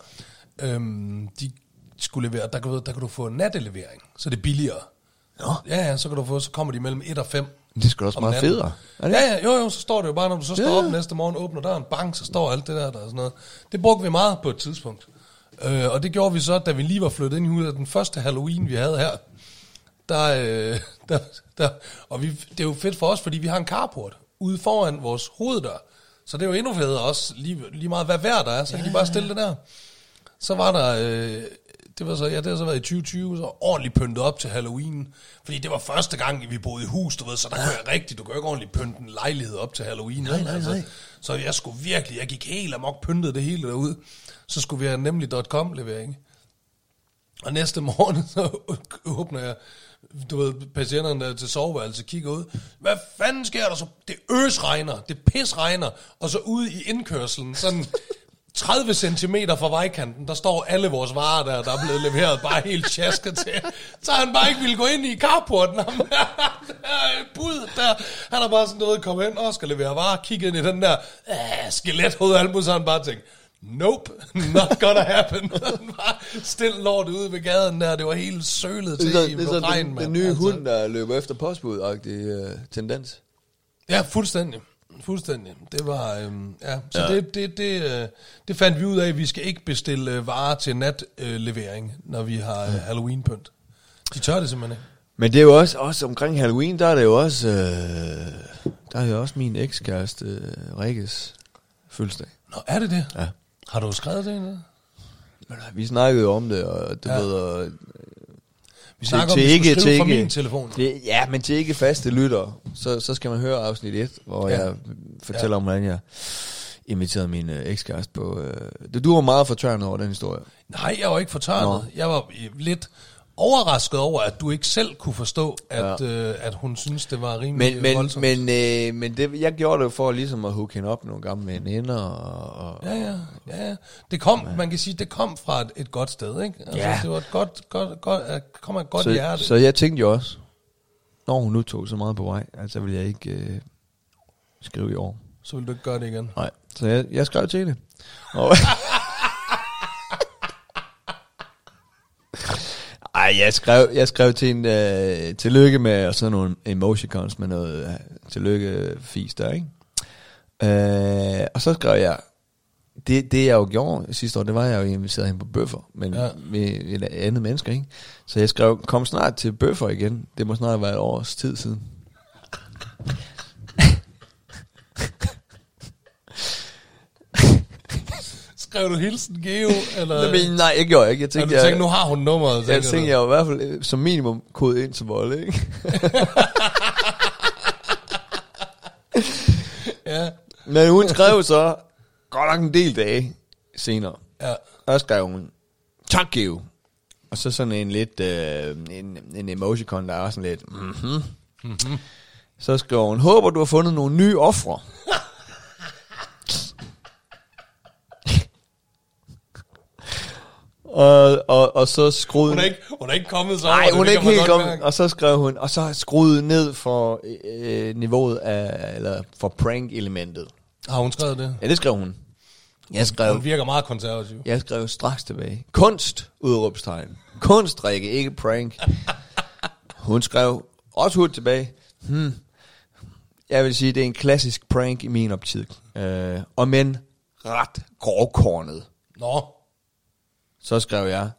Øhm, de skulle levere, der kan, du, der kan du få nattelevering, så det er billigere.
Nå.
Ja, ja, så kan du få, så kommer de mellem 1 og 5.
Men det er sgu da også meget federe.
Ja,
Er det? ikke?
ja, jo, jo, så står det jo bare, når du så står
Ja.
op næste morgen, åbner døren, bang, så står alt det der, der er sådan noget. Det brugte vi meget på et tidspunkt. Øh, og det gjorde vi så, da vi lige var flyttet ind i huset, den første Halloween, vi havde her, der, øh, der, der og vi, det er jo fedt for os, fordi vi har en carport ude foran vores hoveddør. Så det er jo endnu federe også, lige, lige meget hvad vejr der er, så kan de bare stille det der. Så var der, øh, det var så, ja, det har så været i 2020, så ordentligt pyntet op til Halloween. Fordi det var første gang, vi boede i hus, du ved, så der kunne jeg rigtigt, du kan jo ikke ordentligt pynte en lejlighed op til Halloween. Nej, nej, nej. Så jeg skulle virkelig, jeg gik helt amok, pyntede det hele derude. Så skulle vi have nemlig .com levering. Og næste morgen, [laughs] så åbner jeg, du ved, patienterne der til soveværelset, kigger ud. Hvad fanden sker der så? Det øs regner, det pis regner, og så ude i indkørselen, sådan 30 cm fra vejkanten, der står alle vores varer der, der er blevet leveret, bare helt tjasket til. Så han bare ikke ville gå ind i carporten, ham der, der bud der. Han har bare sådan noget, kom ind og skal levere varer, kigge ind i den der øh, skelethoved, og alt muligt, så har han bare tænkt, Nope, [laughs] not gonna happen. [laughs] Den var stille lort ude ved gaden der, det var helt sølet til
Det er sådan,
i
det er sådan
regn,
den,
mand. Altså,
den nye hund, der løber efter postbud-agtig øh, tendens.
Ja, fuldstændig. Fuldstændig. Det var, øhm, ja. Så ja. Det, det, det, øh, det fandt vi ud af, vi skal ikke bestille øh, varer til natlevering, øh, levering, når vi har øh, Halloween-pynt. De tør det simpelthen ikke.
Men det er jo også, også omkring Halloween, der er det jo også, øh, der er jo også min ekskæreste øh, Rikkes fødselsdag.
Nå, er det det?
Ja.
Har du skrevet det endnu?
Men, øh, Vi snakkede jo om det, og du
Ja.
ja. ved, og,
Vi snakker om, at vi skulle skrive fra min telefon.
Det, ja, men til ikke faste lytter, så, så skal man høre afsnit 1, hvor
Ja.
ja. jeg fortæller ja. om, hvordan jeg inviterede min øh, ekskæreste på... Øh, det- du var meget fortørnet over den historie.
Nej, jeg var ikke fortørnet.
Nå.
Jeg var øh, lidt overrasket over, at du ikke selv kunne forstå, at, ja. øh, at hun synes det var rimelig
Men, men,
voldsomt.
men, øh, men det, jeg gjorde det jo for ligesom at hooke hende op med nogle gamle veninder, og, og,
Ja, ja, ja, ja. Det kom, man kan sige, det kom fra et, et godt sted, ikke? Altså,
Ja.
Det var et godt, godt, godt, øh, kom af et godt
så,
så, hjerte.
Så jeg tænkte jo også, når hun nu tog så meget på vej, altså ville jeg ikke øh, skrive i år.
så vil du ikke gøre det igen.
Nej. Så jeg, jeg skrev til hende. Og [laughs] Ej, jeg skrev, jeg skrev til en øh, tillykke med, og sådan nogle emoticons med noget øh, tillykke fis der, ikke? Øh, og så skrev jeg, det, det jeg jo gjorde sidste år, det var, at jeg jo inviterede hende på bøffer, men
Ja.
ja. med et andet menneske, ikke? Så jeg skrev, kom snart til bøffer igen, det må snart være et års tid siden.
Skrev du hilsen,
[laughs]
Geo? Eller,
Øh, men, nej, jeg gjorde ikke. Jeg
tænkte,
tænkte,
du tænkte, nu har hun nummeret.
Jeg
du?
tænkte, jeg var i hvert fald øh, som minimum kodet ind til vold, ikke? [laughs]
Ja,
Men hun skrev så godt nok en del dage senere.
ja.
Og skrev hun, tak you. Og så sådan en lidt, øh, en, en emoticon, der er sådan lidt, mhm. Mm-hmm.
Mhm.
Så skrev hun, håber du har fundet nogle
[laughs]
nye ofre. og, og, og så skruede
Hun, er ikke, hun er ikke kommet så
Nej,
over det,
hun er
det
ikke
kan man
helt
godt
kommet.
mærke.
Og så skrev hun, og så skruet ned for øh, niveauet af, eller for prank-elementet.
Har hun skrevet det?
Ja, det skrev hun. Jeg skrev,
Hun virker meget konservativ.
jeg skrev straks tilbage. Kunst, udråbstegn. Kunst, Rikke, ikke prank. Hun skrev også hurtigt tilbage. Hmm. Jeg vil sige, det er en klassisk prank i min optik. Øh, og men ret grovkornet.
Nå,
Så skrev jeg,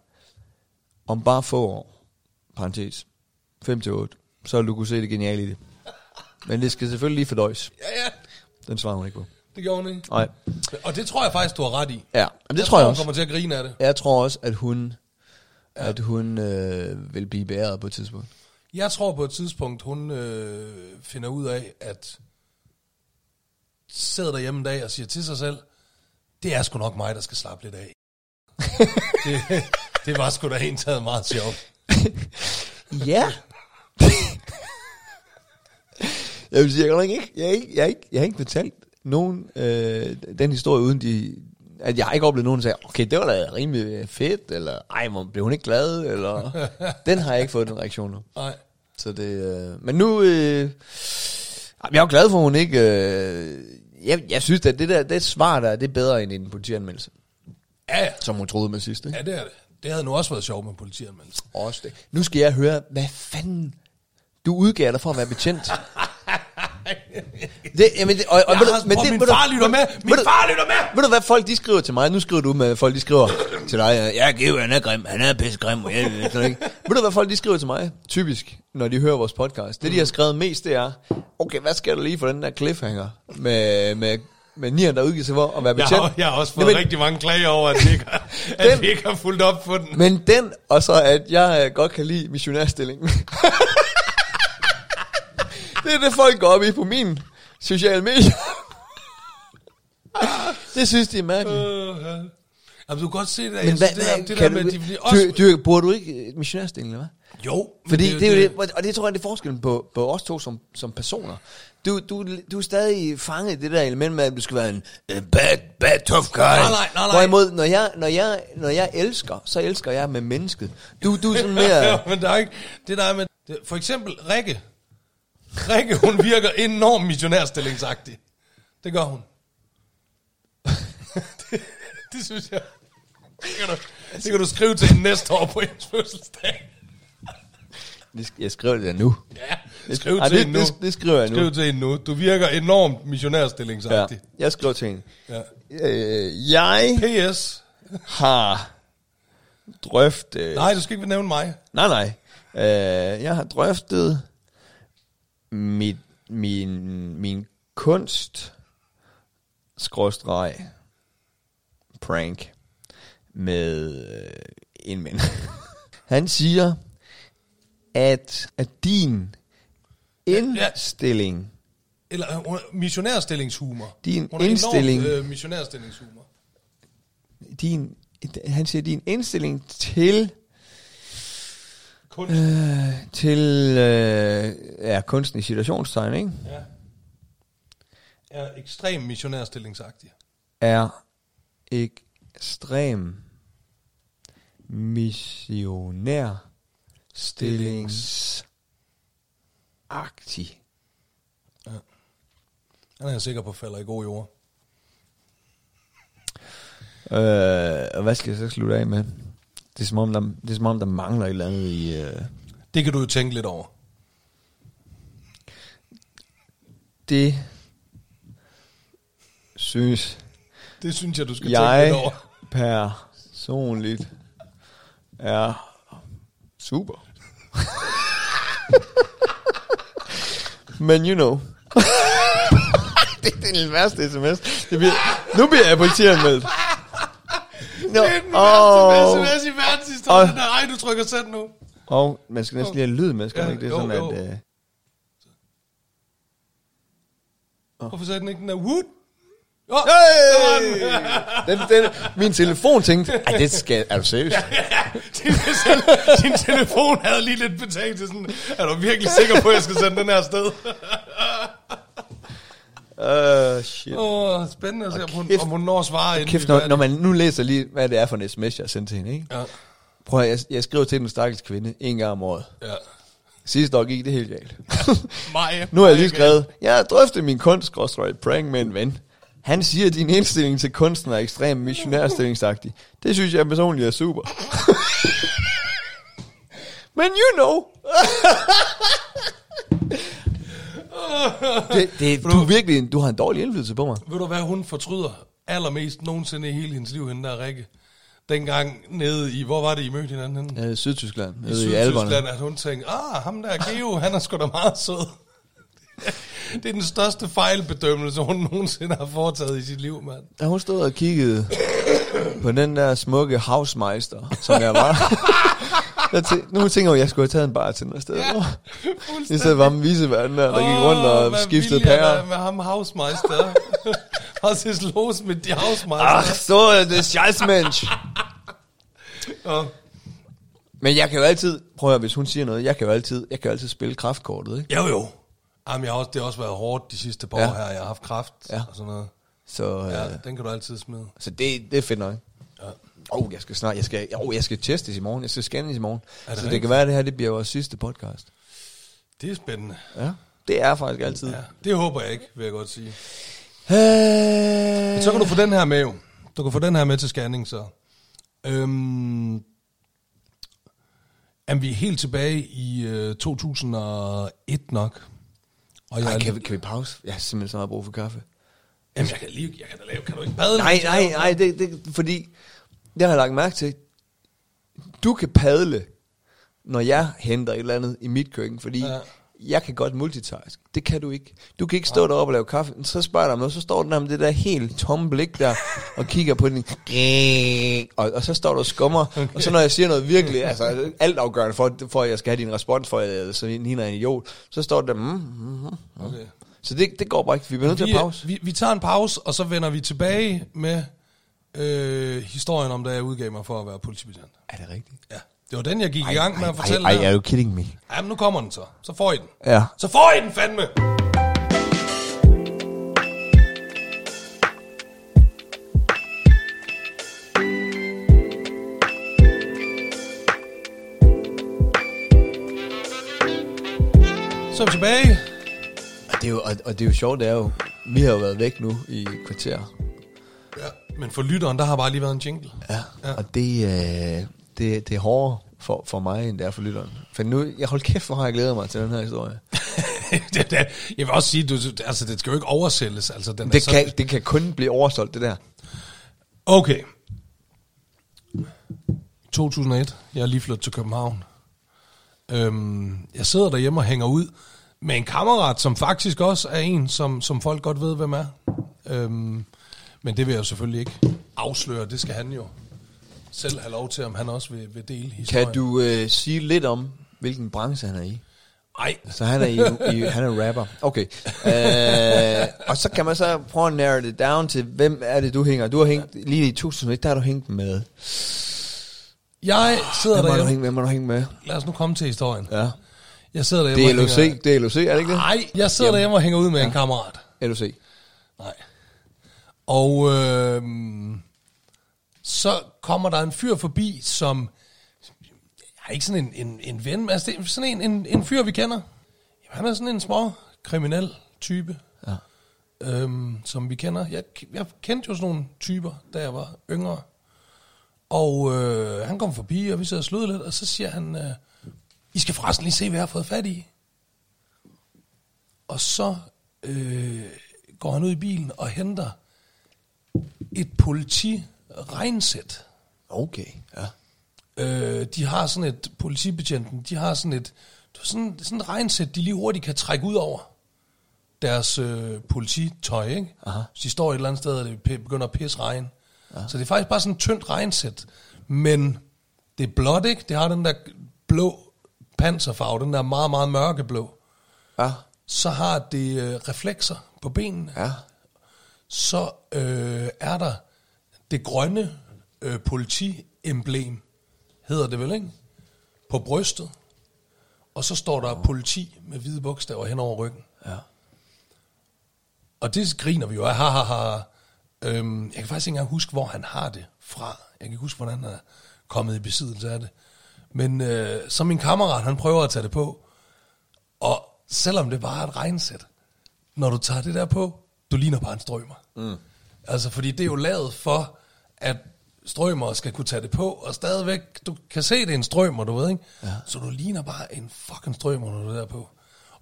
om bare få år, parentes, 5 til 8, så vil du kunne se det geniale i det. Men det skal selvfølgelig lige fordøjes.
ja, ja.
Den svarer hun ikke på.
Det gjorde hun ikke.
Nej.
Og det tror jeg faktisk, du har ret i.
Ja, men det tror jeg
Hun
også.
kommer til at grine af det.
Jeg tror også, at hun ja. at hun øh, vil blive bæret på et tidspunkt.
Jeg tror på et tidspunkt, hun øh, finder ud af, at sidder derhjemme en dag og siger til sig selv, det er sgu nok mig, der skal slappe lidt af. [laughs] det, det var sgu da en taget meget sjovt.
[laughs] Ja. jeg vil sige, jeg, er godt nok ikke, jeg, er ikke, jeg, er ikke, jeg har ikke fortalt nogen øh, den historie, uden de... At jeg har ikke oplevet nogen, der sagde, okay, det var da rimelig fedt, eller ej, hvor blev hun ikke glad, eller... den har jeg ikke fået den reaktion nu.
Nej.
Så det... Øh, men nu... Øh, ej, jeg er jo glad for, at hun ikke... Øh, jeg, jeg synes, at det der det svar der, det er bedre end en politianmeldelse,
Ja, ja.
som hun troede med sidst, ikke?
ja, det er det. Det havde nu også været sjovt med politianmeldelsen.
Også det. Nu skal jeg høre, hvad fanden du udgav dig for at være
[laughs]
betjent. det, jamen, det, og, og,
Jeg
ved du-
har,
men
men
det-
min
ved du-
far lytter med!
ved
Min
du-
far lytter med!
Ved du hvad folk de skriver til mig? Nu skriver du med folk de skriver til dig. øh, Ja, Geo, han er grim. Han er pissegrim. Og jeg, ved det ikke. Ved du hvad folk de skriver til mig? Typisk, når de hører vores podcast. Det de har skrevet mest, det er, okay, hvad skal der lige for den der cliffhanger med, med, med nieren, der udgiver sig for at være
Jeg
betjent?
har, jeg har også fået
men,
rigtig mange klager over, at vi ikke har,
Den-
at vi ikke har fulgt op på den.
Men den, og så at jeg øh, godt kan lide missionærstillingen. [laughs] det er det, folk går op i på min sociale medier. [laughs] det synes de er mærkeligt.
Øh, ja. Jamen, du kan godt se det der,
Men
Jens,
hvad,
det,
hvad,
der,
det
det
kan
der med,
du,
at de bliver
også...
også...
du, du, bruger du ikke øh, missionærstillingen, eller hvad?
jo, men
Fordi det, det, er
jo
jo det, og det tror jeg, det er forskellen på, på os to som, som personer. Du, du, du er stadig fanget i det der element med, at du skal være en øh, bad, bad, tough guy.
Nej, nej, nej, nej.
Hvorimod, når jeg, når, jeg, når jeg elsker, så elsker jeg med mennesket. Du, du er sådan
ja, [laughs]
mere...
men der er ikke... Det der er med... Det, for eksempel Rikke. Rikke, hun virker enormt missionærstillingsagtig. Det gør hun. [laughs] det, det synes jeg... Det kan, du, det kan du skrive til hende næste år på hendes fødselsdag.
Det sk- Jeg skriver det der nu.
Ja, skriv
Ej,
til
det-
hende nu.
det- det skriver jeg nu.
Skriv til hende nu. Du virker enormt
Ja.
missionærstillingsagtig.
Jeg skriver til hende.
Ja.
Øh, jeg
ja. P.S.
har drøftet...
Nej, du skal ikke nævne mig.
Nej, nej. Øh, jeg har drøftet mit, min, min kunst skråstreg prank med øh, en mand. [laughs] Han siger, at, at din indstilling,
Eller øh, hun- missionærstillingshumor.
Din
hun har enormt,
indstilling.
Øh, missionærstillingshumor.
din, han siger, din indstilling til
Kun.
Øh, til øh, ja, kunsten i situationstegn, ikke?
Ja. Er ekstrem missionærstillingsagtig.
er ekstrem missionær stillingsagtig.
Han er jeg sikker på falder i god jord.
Øh, og hvad skal jeg så slutte af med? Det er som om, der, det er, som om, der mangler et eller andet i... Øh,
Det kan du jo tænke lidt over.
det synes
Det synes jeg, du skal tænke lidt
jeg
over.
personligt er super. [laughs] Men you know. [laughs] det, det er den værste sms. Det bliver, nu bliver jeg politianmeldt. No.
Det er den
og,
værste sms i verdenshistorien.
Åh.
Oh. Ej, du trykker send nu.
og man skal næsten lige have lyd med, skal man
Ja,
ikke? Det er
jo,
sådan,
jo.
at... øh,
Hvorfor sagde den ikke den der wood? Oh,
Hey! Den, den, min telefon tænkte, Ej, det skal... Er du [laughs] seriøs?
din, din telefon havde lige lidt betalt til sådan, er du virkelig sikker på, at jeg skal sende den her sted?
Åh, Øh, shit.
Åh, oh, spændende at se, om hun,
kæft.
om hun når at svare inden
Kæft,
vi er
når, når
færdige.
man nu læser lige, hvad det er for en sms, jeg sendte til hende, ikke?
Ja,
Prøv at, høre, jeg, jeg skriver til den stakkels kvinde en gang om året.
ja.
Sidste år gik det helt
[laughs]
galt.
Maja,
[laughs] nu har jeg lige
Maja,
skrevet, jeg har drøftet min kunst, et prank med en ven. Han siger, at din indstilling til kunsten er ekstremt missionærstillingsagtig. Det synes jeg personligt er super. [laughs] Men you
[laughs]
know. det, det, du, er virkelig, en- du har en dårlig indflydelse på mig.
Ved du hvad hun fortryder allermest nogensinde i hele hendes liv, hende der Rikke? Dengang nede i, hvor var det, I mødte hinanden henne?
Ja, Sydtyskland.
I Sydtyskland, at hun tænkte, ah, ham der Geo, han er sgu da meget sød. [laughs] det er den største fejlbedømmelse, hun nogensinde har foretaget i sit liv, mand.
Da hun stod og kiggede på den der smukke housemeister, som
[laughs]
jeg var. jeg tæ- nu tænker jeg, at jeg skulle have taget en bartender i stedet. Ja, I stedet var en visevand der, der gik rundt
Åh,
og
hvad
skiftede
ville jeg
pærer.
da Med ham housemeister. [laughs] Har ses los med de
Ach,
housemeister.
so, Ah, det er
[laughs]
scheißmensch.
Ah.
Men jeg kan jo altid, prøv at høre, hvis hun siger noget, jeg kan jo altid, jeg kan jo altid spille kraftkortet, ikke?
Jo, jo. Jamen, jeg har også, det har også været hårdt de sidste par
Ja.
ja. år her. Jeg har haft kraft
Ja.
ja. og sådan noget.
Så,
Ja,
ja. øh,
ja, den kan du altid smide.
så det, det er fedt nok. Ja. Oh, jeg skal snart, jeg skal, oh, jeg skal testes i morgen, jeg skal scannes i morgen. så
det
det
rigtigt?
kan være, at det her, det bliver vores sidste podcast.
Det er spændende.
Ja, det er faktisk altid. Ja.
Ja, det håber jeg ikke, vil jeg godt sige.
Øh,
Så kan du få den her med jo. Du kan få den her med til scanning, så. Øhm, jamen, vi er helt tilbage i øh, 2001 nok. Og jeg,
Ej,
er
kan, vi,
lige-
kan vi pause? Jeg har simpelthen så meget brug for kaffe.
jamen, jeg kan lige, jeg kan da lave, kan du ikke bade?
Nej, nej, nej, det, det, fordi det har jeg lagt mærke til. Du kan padle, når jeg henter et eller andet i mit køkken, fordi ja.
Ja.
jeg kan godt multitask. Det kan du ikke. Du kan ikke stå deroppe og lave kaffe, så spørger jeg dig om noget, så står den der med det der helt tomme blik der, og kigger på den, og, og så står du og skummer, okay. og så når jeg siger noget virkelig, altså alt afgørende for, for at jeg skal have din respons, for at jeg så ligner en idiot, så står du der, mm, mm, mm.
Okay.
så det, det går bare ikke, vi bliver nødt til
Øh, Vi,
at pause.
vi, vi tager en pause, og så vender vi tilbage med øh, historien om, da jeg udgav mig for at være politibetjent.
Er det rigtigt?
Ja, det var den, jeg gik i gang med at fortælle
ej,
der.
ej, are you kidding me?
Jamen, nu kommer den så. Så får I den.
Ja.
Så får I den fandme! Så er vi tilbage.
Og det, er jo, og, og det er jo sjovt, det er jo, vi har jo været væk nu i et kvarter.
Ja. Men for lytteren, der har bare lige været en jingle. [laughs]
Ja. ja. Og det, øh, det, det er hårdere for, for mig, end det er for lytteren. For nu, jeg hold kæft, hvor har jeg glædet mig til den her historie.
det, det, jeg vil også sige, du, altså, det skal jo ikke oversælges. Altså, den er
Det
så-
kan, det kan kun blive oversolgt, det der.
Okay. 2001. Jeg er lige flyttet til København. Øhm, jeg sidder derhjemme og hænger ud med en kammerat, som faktisk også er en, som, som folk godt ved, hvem er. Øhm, men det vil jeg jo selvfølgelig ikke afsløre. Det skal han jo selv have lov til, om han også vil, vil dele historien.
Kan du øh, sige lidt om, hvilken branche han er i?
Ej,
Så han er, i, i, han er rapper. Okay. Øh, og så kan man så prøve at narrow det down til, hvem er det, du hænger? Du har hængt, lige i 2001, der har du hængt med.
jeg sidder
Hvem har du
derhjemme.
hængt med? Hvem har du hængt med?
Lad os nu komme til historien.
Ja.
Jeg sidder derhjemme
Det er
og hænger-
LOC, det er LOC, er det ikke det?
Nej, jeg sidder derhjemme og hænger ud med en kammerat.
LOC.
Nej. Og øh, så kommer der en fyr forbi, som... Jeg er ikke sådan en, en, en ven, men altså det er sådan en, en, en fyr, vi kender. Jamen, han er sådan en små kriminel type, ja. øhm, som vi kender. Jeg, jeg kendte jo sådan nogle typer, da jeg var yngre. Og øh, han kom forbi, og vi sad og sludde lidt, og så siger han, øh, I skal forresten lige se, hvad jeg har fået fat i. Og så øh, går han ud i bilen og henter et politiregnsæt.
Okay, ja.
Øh, de har sådan et, politibetjenten, de har sådan et, det er sådan, sådan et regnsæt, de lige hurtigt kan trække ud over deres øh, polititøj, ikke? Aha. Så de står et eller andet sted, og det pe- begynder at pisse regn. Aha. Så det er faktisk bare sådan et tyndt regnsæt, men det er blåt, ikke? Det har den der blå panserfarve, den der meget, meget mørkeblå.
Ja,
så har det øh, reflekser på benene,
ja.
så øh, er der det grønne øh, politiemblem, hedder det vel, ikke? På brystet. Og så står der politi med hvide bogstaver hen over ryggen.
Ja.
Og det griner vi jo af, ha, ha, ha. Øhm, jeg kan faktisk ikke engang huske, hvor han har det fra. Jeg kan ikke huske, hvordan han er kommet i besiddelse af det. Men øh, så min kammerat, han prøver at tage det på. Og selvom det bare er et regnsæt, når du tager det der på, du ligner bare en strømmer. Mm. Altså, fordi det er jo lavet for, at strømmer skal kunne tage det på, og stadigvæk, du kan se, det er en strømmer, du ved, ikke? Ja. Så du ligner bare en fucking strømmer, når du er der på.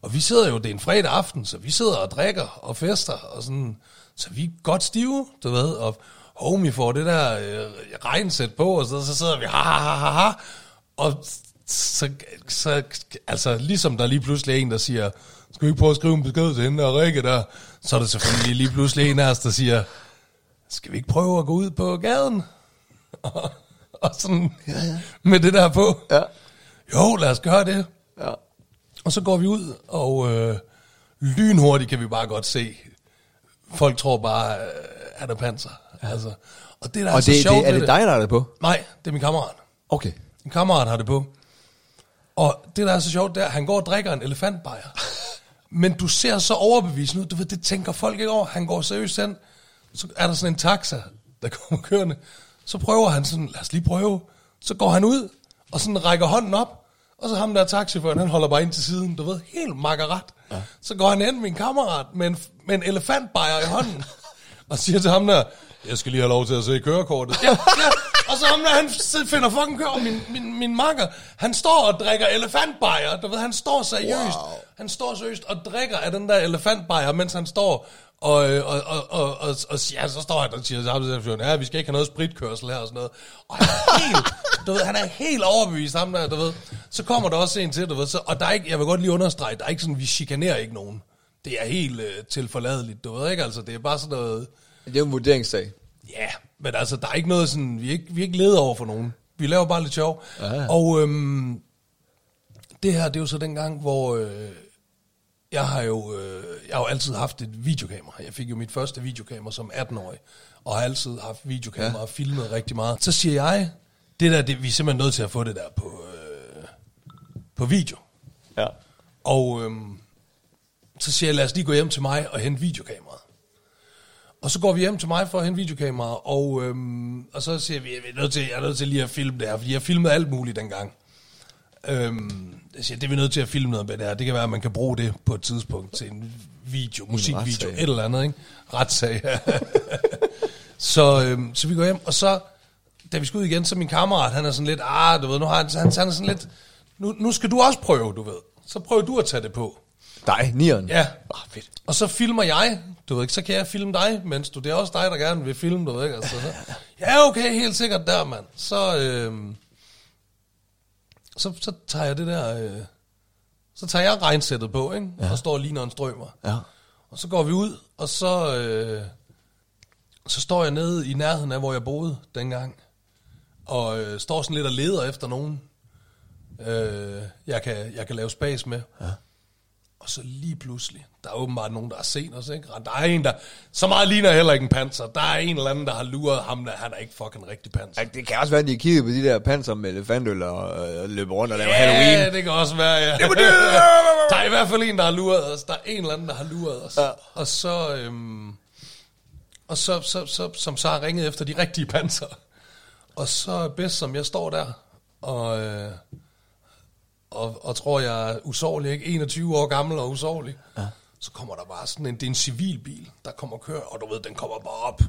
Og vi sidder jo, det er en fredag aften, så vi sidder og drikker og fester, og sådan, så vi er godt stive, du ved, og homie får det der øh, regnsæt på, og så, så sidder vi, ha, ha, ha, ha, og så, så, altså, ligesom der lige pludselig er en, der siger, skal vi ikke prøve at skrive en besked til hende der Rikke der, så er der selvfølgelig lige pludselig en af os, der siger, skal vi ikke prøve at gå ud på gaden? [laughs] Og, og sådan ja, ja. med det der på.
Ja.
Jo, lad os gøre det.
Ja.
Og så går vi ud, og øh, lynhurtigt kan vi bare godt se. Folk tror bare, øh, han er panser. Altså. Og det, der er
Og
så
det,
sjovt
det, er
ved
det dig, der er det på?
Nej, det er min kammerat.
Okay.
En kammerat har det på. Og det, der er så sjovt, det er, at han går og drikker en elefantbajer. Men du ser så overbevisende ud. Du ved, det tænker folk ikke over. Han går seriøst hen. Så er der sådan en taxa, der kommer kørende. Så prøver han sådan, lad os lige prøve. Så går han ud, og sådan rækker hånden op. Og så ham der taxiføren, han holder bare ind til siden. Du ved, helt makkerat. Ja. Så går han hen med en kammerat med en, med en elefantbajer i hånden. og siger til ham der, jeg skal lige have lov til at se kørekortet. ja, ja. Og så ham der, han sid- finder fucking kør, og min, min, min makker, han står og drikker elefantbajer. Du ved, han står seriøst. Wow. Han står seriøst og drikker af den der elefantbajer, mens han står og, øh, og, og, og, og, og ja, så står han og siger til ham, til chaufføren, ja, vi skal ikke have noget spritkørsel her og sådan noget. Og han er helt, du ved, han er helt overbevist, ham der, du ved. Så kommer der også en til, du ved, så, og der er ikke, jeg vil godt lige understrege, der er ikke sådan, vi chikanerer ikke nogen. Det er helt øh, tilforladeligt, du ved, ikke? Altså, det er bare sådan noget,
Det er jo en vurderingssag.
Ja, men altså, der er ikke noget sådan, vi er ikke, vi er ikke leder over for nogen. Vi laver bare lidt sjov.
Ja, ja.
Og øhm, det her, det er jo så den gang, hvor øh, jeg har jo øh, jeg har jo altid haft et videokamera. Jeg fik jo mit første videokamera som 18-årig, og har altid haft videokamera ja. og filmet rigtig meget. Så siger jeg, det der, det, vi er simpelthen nødt til at få det der på, øh, på video.
Ja.
Og øhm, så siger jeg, lad os lige gå hjem til mig og hente videokameraet. Og så går vi hjem til mig for at hente videokameraet, og, øhm, og så siger vi, jeg er, nødt til, jeg er nødt til lige at filme det her, fordi jeg filmede alt muligt dengang. Øhm, jeg siger, det er vi nødt til at filme noget med det her. Det kan være, at man kan bruge det på et tidspunkt til en video, musikvideo,
retssag.
et eller andet, ikke? Retssag, [laughs] ja. så, øhm, så vi går hjem, og så, da vi skal ud igen, så min kammerat, han er sådan lidt, ah, du ved, nu har han, han, han er sådan lidt, nu, nu skal du også prøve, du ved. Så prøver du at tage det på.
Dig, nieren.
Ja.
Ah, fedt.
Og så filmer jeg, du ved ikke, så kan jeg filme dig, mens du, det er også dig, der gerne vil filme, du ved ikke, altså. så- Ja, okay, helt sikkert der, mand. Så, øhm, så, så tager jeg det der, øh, så tager jeg regnsættet på, ikke? Ja. Og står lige når en strømmer.
Ja.
Og så går vi ud, og så, øh, så står jeg nede i nærheden af, hvor jeg boede dengang, og øh, står sådan lidt og leder efter nogen, øh, jeg, kan, jeg kan lave spas med. Ja. Og så lige pludselig, der er åbenbart nogen, der har set os, ikke? Og der er en, der... Så meget ligner heller ikke en panser. Der er en eller anden, der har luret ham, der han er ikke fucking rigtig panser.
Ja, det kan også være, at de kiggede på de der panser med elefantøl og, øh, og løber rundt og laver Halloween.
Ja, det kan også være, ja. Det
det!
der er i hvert fald en, der har luret os. Der er en eller anden, der har luret os. Ja. Og så... Øhm, og så, så, så, som så har ringet efter de rigtige panser. Og så bedst som jeg står der, og, øh, og, og tror jeg er usårlig, ikke? 21 år gammel og usårlig. Ja. Så kommer der bare sådan en, det er en civilbil, der kommer og kører, og du ved, den kommer bare op.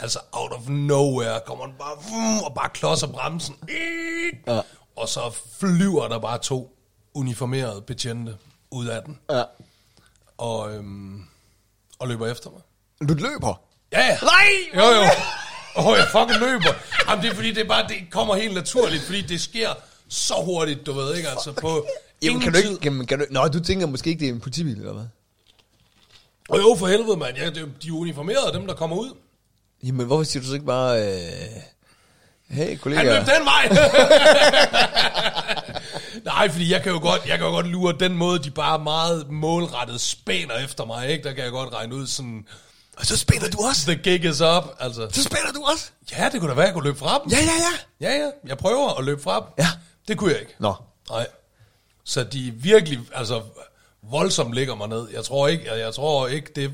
Altså out of nowhere kommer den bare, vum, og bare klodser bremsen. Ja. Og så flyver der bare to uniformerede betjente ud af den,
Ja.
og, øhm, og løber efter mig.
Du løber.
Ja, ja.
Nej!
Jo, jo. Åh, oh, jeg fucking løber. Jamen, det er fordi, det er bare, det kommer helt naturligt, fordi det sker så hurtigt, du ved, ikke? Altså, på
Jamen,
ingen
kan du ikke,
tid.
jamen, kan du, nå, du tænker måske ikke, det er en politibil, eller hvad?
Og jo, for helvede, mand. Ja, det, er jo- de er uniformerede, dem, der kommer ud.
Jamen, hvorfor siger du så ikke bare, øh, hey kollega?
Han løb den vej. [laughs] Nej, fordi jeg kan jo godt, jeg kan jo godt lure den måde, de bare meget målrettet spænder efter mig, ikke? Der kan jeg godt regne ud sådan,
Og så spiller du også.
the gig is up, altså.
Så spiller du også.
Ja, det kunne da være, jeg kunne løbe fra dem.
Ja, ja, ja.
Ja, ja, jeg prøver at løbe fra dem.
Ja.
Det kunne jeg ikke.
Nå.
Nej. Så de virkelig, altså voldsomt ligger mig ned. Jeg tror ikke, jeg, jeg tror ikke det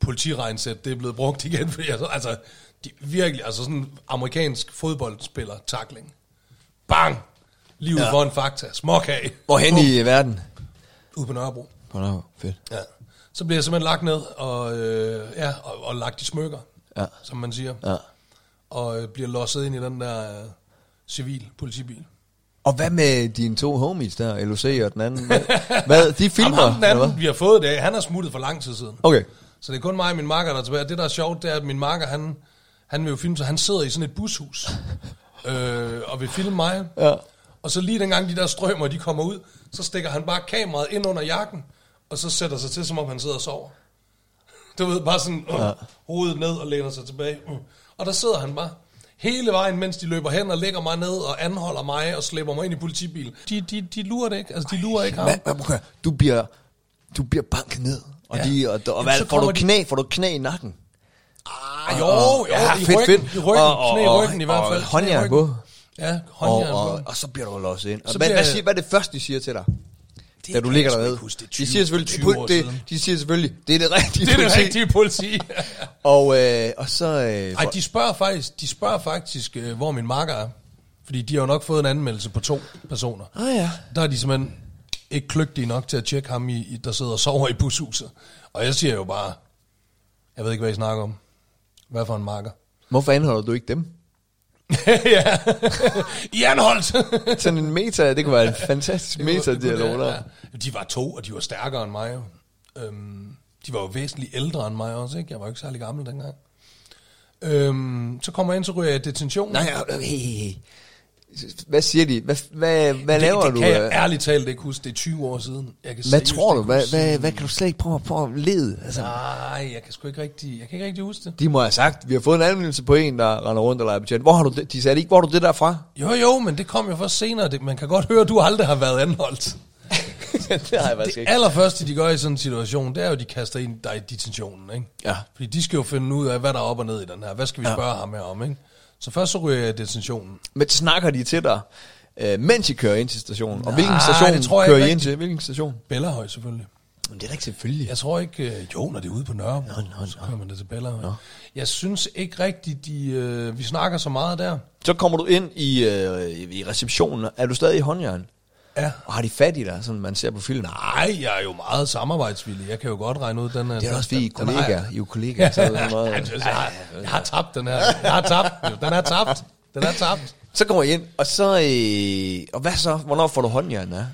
politiregnsæt, det er blevet brugt igen, fordi jeg, altså, de, virkelig, altså sådan en amerikansk fodboldspiller tackling. Bang! Lige ud ja. for en fakta. Småkage.
Hvorhen
Bum.
i verden?
Ude på Nørrebro.
På nå, fedt.
Ja. Så bliver jeg simpelthen lagt ned og, øh, ja, og, og lagt i smykker,
Ja.
som man siger.
Ja.
Og øh, bliver losset ind i den der øh, civil politibil.
Og hvad med dine to homies der, LOC og den anden? Hvad, hvad de filmer,
Jamen, ham den
eller
anden,
hvad?
vi har fået det, af, han er smuttet for lang tid siden.
Okay.
Så det er kun mig og min makker, der er tilbage. Og Det, der er sjovt, det er, at min makker, han, han vil jo filme, så han sidder i sådan et
[laughs]
bushus øh, og vil filme mig.
Ja.
Og så lige dengang de der strømmer, de kommer ud, så stikker han bare kameraet ind under jakken, og så sætter sig til, som om han sidder og sover. [laughs] Du ved, bare sådan uh, ja. hovedet ned og læner sig tilbage. Uh. Og der sidder han bare hele vejen, mens de løber hen og lægger mig ned og anholder mig og slæber mig ind i politibilen. De, de, de lurer det ikke. Altså, de lurer ikke ham.
Hvad, hvad, prøv at høre. du bliver, du bliver banket ned. Og,
Ja.
ja. de, og, og, og
Jamen,
hvad,
så
får du
kommer de-
knæ, får du knæ i nakken?
Ah, jo, jo, ja, i, fedt, ryggen, fedt. i ryggen,
Og- og-
knæ i
og-
ryggen i hvert
og
fald.
håndjern
Knæ i ryggen.
på.
Ja,
Og,
håndjern
og,
på.
og, så bliver du låst ind. Og
Så
hvad,
bliver-
hvad, siger, hvad er det første, de siger til dig? da du
kan
ligger
jeg sgu
dernede.
ikke huske. Det er
de
20
siger selvfølgelig,
det er 20 år
det,
siden.
de siger selvfølgelig, det er det rigtige
Det er det
politi.
rigtige
[laughs]
politi.
Og, øh, og så... Øh,
Ej, de spørger faktisk, de spørger faktisk øh, hvor min marker er. Fordi de har jo nok fået en anmeldelse på to personer.
Ah, ja.
Der er de simpelthen ikke kløgtige nok til at tjekke ham, i, i, der sidder og sover i bushuset. Og jeg siger jo bare, jeg ved ikke, hvad I snakker om. Hvad for en marker? [laughs]
Hvorfor anholder du ikke dem?
ja, i anholdt.
Sådan en meta, det kunne være en fantastisk meta-dialog der.
De var to, og de var stærkere end mig. jo. Øhm, de var jo væsentligt ældre end mig også, ikke? Jeg var jo ikke særlig gammel dengang. Øhm, så kommer jeg ind, så ryger jeg i detention.
Nej, ja, hey, hey, hey. Hvad siger de? Hvad, hvad, hvad
det,
laver
det
du?
kan jeg
øh?
ærligt talt ikke huske. Det er 20 år siden. Jeg kan
Hvad
seriøst
tror du?
ikke
Hvad,
huske-
hvad, hvad kan du slet ikke prøve, prøve at lede? Altså,
Nej, jeg kan sgu ikke rigtig, jeg kan ikke rigtig huske det.
de må have sagt, vi har fået en anmeldelse på en, der render rundt og leger betjent. Hvor har du det? De sagde ikke, hvor har du det der fra?
Jo, jo, men det kom jo først senere. Det, man kan godt høre, at du aldrig har været anholdt.
[laughs] det har jeg faktisk
Det allerførste, de gør i sådan en situation, det er jo, at de kaster ind dig i detentionen, ikke?
Ja.
Fordi de skal jo finde ud af, hvad der er op og ned i den her. Hvad skal vi ja. spørge ham her om, ikke? Så først så ryger jeg i detentionen.
Men snakker de til dig, øh, mens I kører ind til stationen? og
Nej,
hvilken station
det tror jeg
kører
ikke
I ind til? Hvilken station?
Bellahøj selvfølgelig.
Men det er da ikke selvfølgelig.
Jeg tror ikke, øh, jo, når det er ude på Nørrebro, no, no, no. så kører man det til Bellahøj. No. Jeg synes ikke rigtigt, de, øh, vi snakker så meget der.
Så kommer du ind i, øh, i receptionen. Er du stadig i håndjern?
Ja.
Og har de fat i dig, som man ser på filmen? Nej,
Nej, jeg er jo meget samarbejdsvillig. Jeg kan jo godt regne ud, den er...
det er da også fordi, I er
den- den har [laughs]
kollegaer.
jeg-
I er jo kollegaer. Så, er det sådan [laughs]
Ej,
noget.
det er så- jeg, har, jeg har tabt den her. Jeg har tabt den. jo. Den er tabt. Den er tabt.
så kommer I ind, og så... Øh, og hvad så? Hvornår får du håndjern af?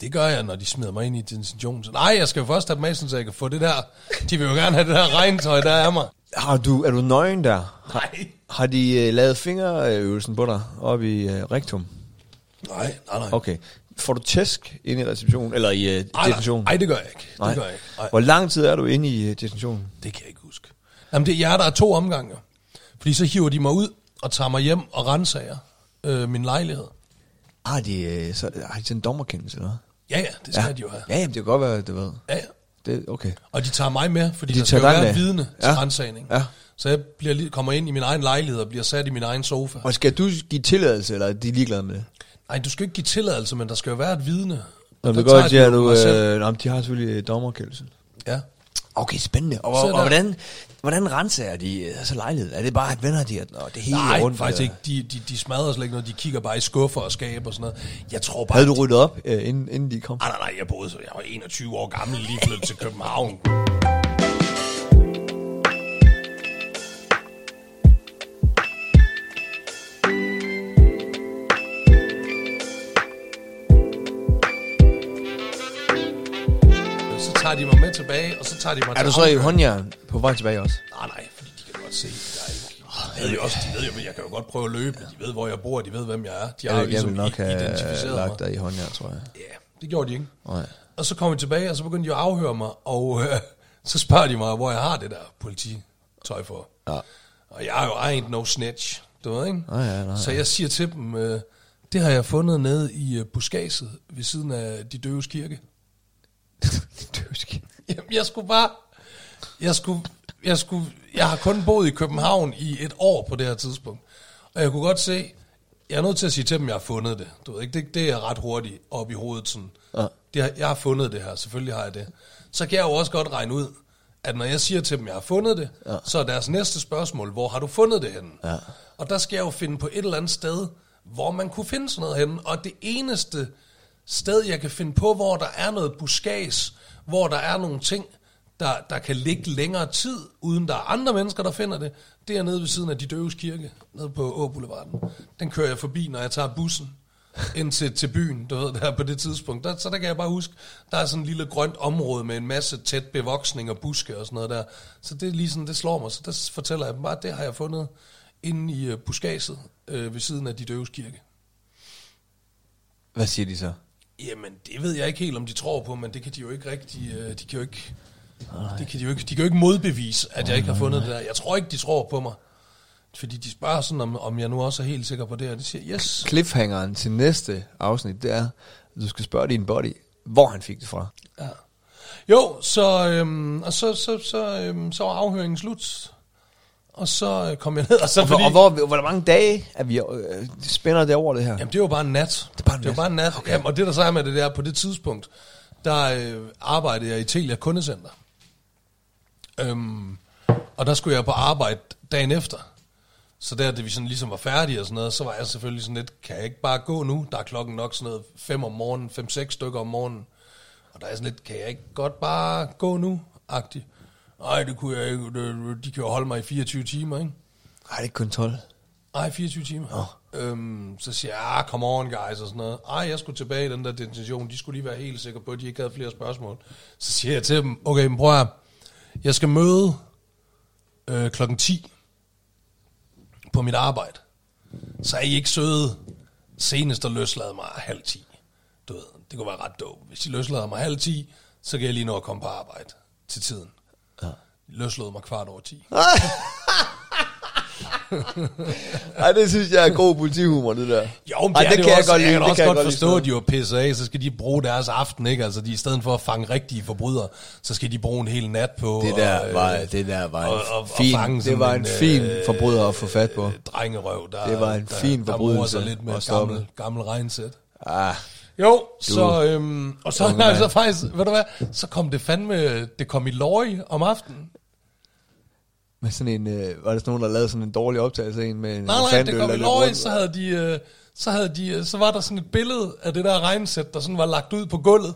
Det gør jeg, når de smider mig ind i detention. Så nej, jeg skal jo først have dem af, sådan, så jeg kan få det der... De vil jo gerne have det der regntøj, der er mig.
Har du, er du nøgen der?
Nej.
Har de øh, lavet fingerøvelsen på dig oppe i øh, rektum?
Nej, nej, nej.
Okay. Får du tæsk ind i receptionen? Eller i øh,
Ej, nej,
detentionen?
nej, det gør jeg ikke. Det gør jeg ikke. Nej,
Hvor lang tid er du inde i øh, detentionen?
det kan jeg ikke huske. Jamen, det er jer, der er to omgange. Fordi så hiver de mig ud og tager mig hjem og renser øh, min lejlighed.
Har de, øh, så, har de sådan en dommerkendelse eller hvad?
Ja, ja, det skal ja. de jo have.
Ja, jamen, det kan godt være, det ved.
Ja, ja.
Det, okay.
Og de tager mig med, fordi de
De
der skal jo
tager dig
være
med.
vidne til ja.
Ja.
rensagning.
Ja.
Så jeg bliver, lige- kommer ind i min egen lejlighed og bliver sat i min egen sofa.
Og skal du give tilladelse, eller er de ligeglade med det?
Nej, du skal ikke give tilladelse, men der skal jo være et vidne. Og
Nå,
der
det godt,
tager
at de, er
jo
du,
mig selv.
øh, nå, men de har selvfølgelig øh, dommerkendelse.
Ja.
Okay, spændende. Og,
Så
og,
er
og
der-
hvordan, hvordan renser de øh, altså lejlighed? Er det bare, at vender de, at nå, det hele
Nej,
er rundt?
faktisk
øh?
ikke. De, de, de smadrer slet ikke noget. De kigger bare i skuffer og skabe og sådan noget. Jeg tror bare...
Havde du ryddet op, øh, inden, inden de kom?
Nej, nej, nej, jeg boede, så jeg var 21 år gammel, lige flyttet til København. Så tager de mig med tilbage, og så tager de mig
Er
til
du så i
afhøring.
håndjern på vej tilbage også?
Nej, Ah, nej, fordi de kan godt se, der er ikke... Ah, De ved jo også, de ved jo, men jeg kan jo godt prøve at løbe, men de ved, hvor jeg bor, de ved, hvem jeg er. De har
Jeg,
jo
jeg
ligesom
ville nok
nok
have
identificeret mig.
lagt dig i håndjern, tror [laughs] jeg.
Ja, det gjorde de ikke.
Nej.
Og så kom jeg tilbage, og så begyndte de at afhøre mig, og øh, [laughs] så spørger de mig, hvor jeg har det der polititøj for.
Ja.
Og jeg er jo I ain't no snitch, du ved, ikke?
Nej, ja, nej,
så jeg siger til dem, øh, det har jeg fundet nede i øh, buskaget ved siden af de døves kirke. [laughs]
Døsk.
Jamen, jeg skulle bare... Jeg skulle... Jeg, skulle, jeg har kun boet i København i et år på det her tidspunkt. Og jeg kunne godt se... Jeg er nødt til at sige til dem, jeg har fundet det. Du ved ikke, det, det er ret hurtigt op i hovedet sådan.
Ja.
Det, har- jeg har fundet det her, selvfølgelig har jeg det. Så kan jeg jo også godt regne ud, at når jeg siger til dem, jeg har fundet det, ja. så er deres næste spørgsmål, hvor har du fundet det henne?
Ja.
Og der skal jeg jo finde på et eller andet sted, hvor man kunne finde sådan noget henne. Og det eneste sted, jeg kan finde på, hvor der er noget buskads, hvor der er nogle ting, der, der kan ligge længere tid, uden der er andre mennesker, der finder det, det er nede ved siden af de døves kirke, nede på Åboulevarden. Den kører jeg forbi, når jeg tager bussen ind til, til byen, du ved, der på det tidspunkt. Der, så der kan jeg bare huske, der er sådan en lille grønt område med en masse tæt bevoksning og buske og sådan noget der. Så det er lige sådan, det slår mig. Så der fortæller jeg dem bare, det har jeg fundet inde i uh, buskaget øh, ved siden af de døves kirke.
Hvad siger de så?
Jamen, det ved jeg ikke helt, om de tror på, men det kan de jo ikke rigtig, øh, de kan jo ikke, Det kan de, jo ikke, de kan jo ikke modbevise, at jeg ikke har fundet det der. Jeg tror ikke, de tror på mig. Fordi de spørger sådan, om, om jeg nu også er helt sikker på det, og de siger, yes.
Cliffhangeren til næste afsnit, det er, at du skal spørge din body, hvor han fik det fra.
Ja. Jo, så, øhm, og så, så, så, øhm, så var afhøringen slut. Og så øh, kom jeg ned, og så
Og, fordi...
fordi...
og hvor, hvor mange dage er vi øh, spænder det over det her?
Jamen, det var bare en nat. Det
er bare en
det var
nat.
bare en nat. Okay. Jamen, og det, der så er med det, der på det tidspunkt, der øh, arbejdede jeg i Telia Kundecenter. Øhm, og der skulle jeg på arbejde dagen efter. Så der, da vi sådan ligesom var færdige og sådan noget, så var jeg selvfølgelig sådan lidt, kan jeg ikke bare gå nu? Der er klokken nok sådan noget 5 om morgenen, 5-6 stykker om morgenen. Og der er sådan lidt, kan jeg ikke godt bare gå nu? Agtigt. Nej, det kunne jeg ikke. Det- De kan jo holde mig i 24 timer, ikke?
Nej, det er kun 12.
Ej, 24 timer. Oh. Øhm, så siger jeg, ah, come on guys, og sådan noget. Ej, jeg skulle tilbage i den der detention. De skulle lige være helt sikre på, at de ikke havde flere spørgsmål. Så siger jeg til dem, okay, men prøv at høre. Jeg skal møde øh, klokken 10 på mit arbejde. Så er I ikke søde. Senest der løslade mig halv 10. Du ved, det kunne være ret dope. Hvis I løslader mig halv 10, så kan jeg lige nå at komme på arbejde til tiden. Ja. Løslod mig kvart over 10.
Nej, det synes jeg er god politihumor, det der.
Jo, men
Ej,
det, Ej, det, det
det kan
kan
jeg
også,
godt
jeg,
lide,
kan
det
også
kan jeg
godt
godt lide
forstå,
sådan
at de var pisse af, så skal de bruge deres aften, ikke? Altså, de, i stedet for at fange rigtige forbrydere, så skal de bruge en hel nat på... øh,
Det der
og,
var- det der var en
og, og,
fin-
og fange
det
sådan
var en fin forbryder at få fat på.
øh, Drengerøv, der,
Det var en
der,
fin
der morer
forbrydelse
sig lidt med
at
et
stoppe.
gammel, gammel regnsæt.
Ah,
Jo, så, øhm, og så, nej, så faktisk, ved du hvad, så kom det fandme, det kom i løg om aftenen.
med sådan en, øh, var der sådan nogen, der lavede sådan en dårlig optagelse af en med en
Nej, nej, det
elefantøl,
kom
der
i
løb
løg,
rundt?
så havde de, øh, så havde de, øh, så var der sådan et billede af det der regnsæt, der sådan var lagt ud på gulvet.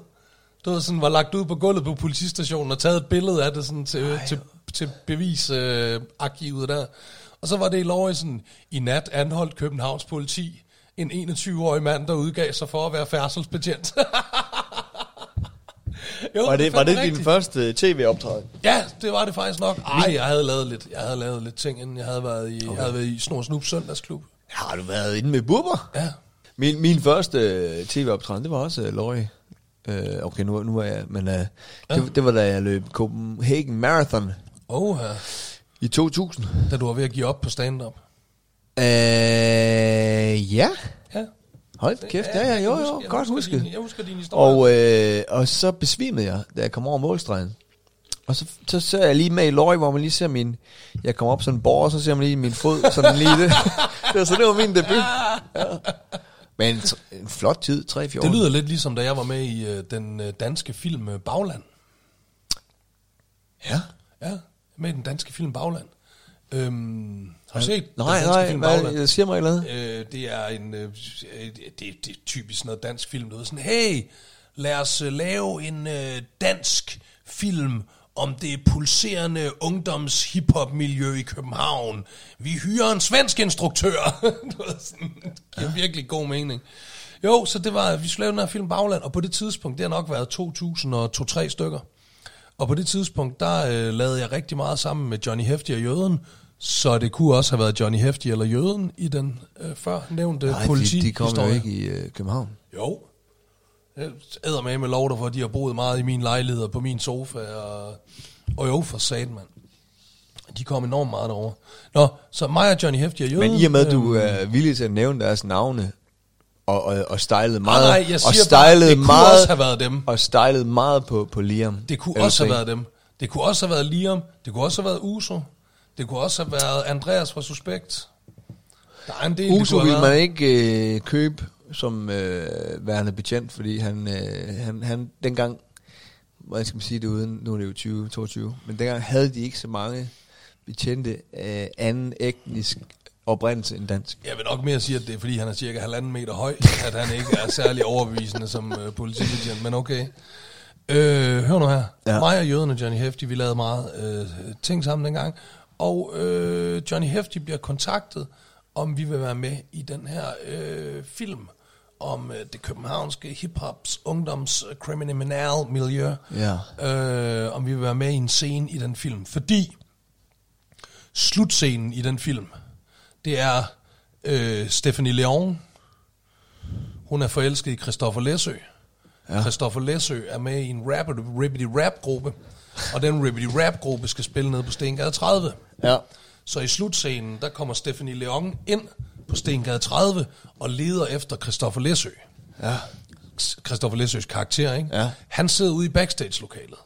Det var sådan, var lagt ud på gulvet på politistationen og taget et billede af det sådan til, Ej, til, til bevisarkivet øh, arkivet der. Og så var det i Lorge sådan, i nat anholdt Københavns politi en 21-årig mand, der udgav sig for at være færdselsbetjent. [laughs] jo,
Var det, var
fandme
det din
rigtigt.
første øh, tv-optræden?
Ja, det var det faktisk nok. Ej, jeg havde lavet lidt, jeg havde lavet lidt ting, inden jeg havde været i, okay. jeg havde været i Snor Snup Søndagsklub.
Har du været inde med bubber?
Ja,
Min, min første øh, tv-optræden, det var også øh, Løje. Øh, okay, nu, nu er jeg, men øh, det, det var da jeg løb Copenhagen Marathon
Oh,
i 2000.
da du var ved at give op på stand-up.
Øh, ja.
Ja.
Hold da kæft, ja, ja, jo, jo, godt husket.
Jeg husker din historie. Og,
Og, øh, og så besvimede jeg, da jeg kom over målstregen. Og så, så ser jeg lige med i løg, hvor man lige ser min... Jeg kommer op sådan en borg, og så ser man lige min fod, sådan lige
[laughs]
det. det var, så det var min debut. Ja. Men tr- en flot tid, 3-4 år.
det lyder lidt ligesom, da jeg var med i øh, den øh, danske film øh, Bagland.
Ja.
Ja, med i den danske film Bagland. Øhm, har du set den
Nej,
danske
nej,
film
hvad,
Bagland?
jeg siger mig et eller andet.
Øh, det er en øh, øh, det, det er typisk noget dansk film noget sådan hey lad os øh, lave en øh, dansk film om det pulserende ungdoms hiphop miljø i København. Vi hyrer en svensk instruktør. [laughs] Det var sådan- det giver virkelig god mening. Jo, så det var, vi skulle lave den her film Bagland, og på det tidspunkt, det har nok været 2002-3 stykker. Og på det tidspunkt, der øh, lavede jeg rigtig meget sammen med Johnny Hefti og Jøden, så det kunne også have været Johnny Hefti eller Jøden i den øh, før nævnte
Nej, de, de kom jo
politihistorie.
ikke i øh, København.
Jo. Jeg æder med med lov derfor, at de har boet meget i min lejlighed og på min sofa. Og, og jo, for satan, mand. De kom enormt meget derover. Nå, så mig og Johnny Hefti og Jøden...
Men i og med, at du
øh,
er villig til at nævne deres navne, og, og, og stylede meget,
Ah, nej, jeg
og
siger bare,
stylede
det kunne
meget,
også have været dem.
og stylede meget på, på Liam.
Det kunne
Eller
også have
Sane.
været dem. Det kunne også have været Liam. Det kunne også have været Uso. Det kunne også have været Andreas fra Suspekt. Der er en del, det
Uso
kunne
ville
have været.
man ikke øh, købe som øh, værende betjent, fordi han, øh, han, han dengang, hvordan skal man sige det uden, nu er det jo 20, 22, men dengang havde de ikke så mange betjente af anden etnisk oprindelse end dansk.
Jeg vil nok mere sige, at det er fordi, han er cirka halvanden meter høj, at han ikke er særlig overbevisende som øh, politibetjent, men okay. Øh, hør nu her.
Ja.
Ja. Mig og jøden og Johnny Hefti, vi lavede meget øh, ting sammen dengang, og øh, Johnny Hefti bliver kontaktet, om vi vil være med i den her øh, film om øh, det københavnske hiphops ungdoms øh, kriminal miljø.
Ja.
Øh, om vi vil være med i en scene i den film, fordi slutscenen i den film, det er øh, Stephanie Leon. Hun er forelsket i Christoffer Læsø. Ja. Christoffer Læsø er med i en rap, ribbity rap gruppe, og den Ribbity Rap-gruppe skal spille nede på Stengade 30.
Ja.
Så i slutscenen, der kommer Stephanie Leon ind på Stengade 30 og leder efter Christoffer Læsø.
Ja.
Christoffer Læsøs karakter, ikke?
Ja.
Han sidder ude i backstage-lokalet.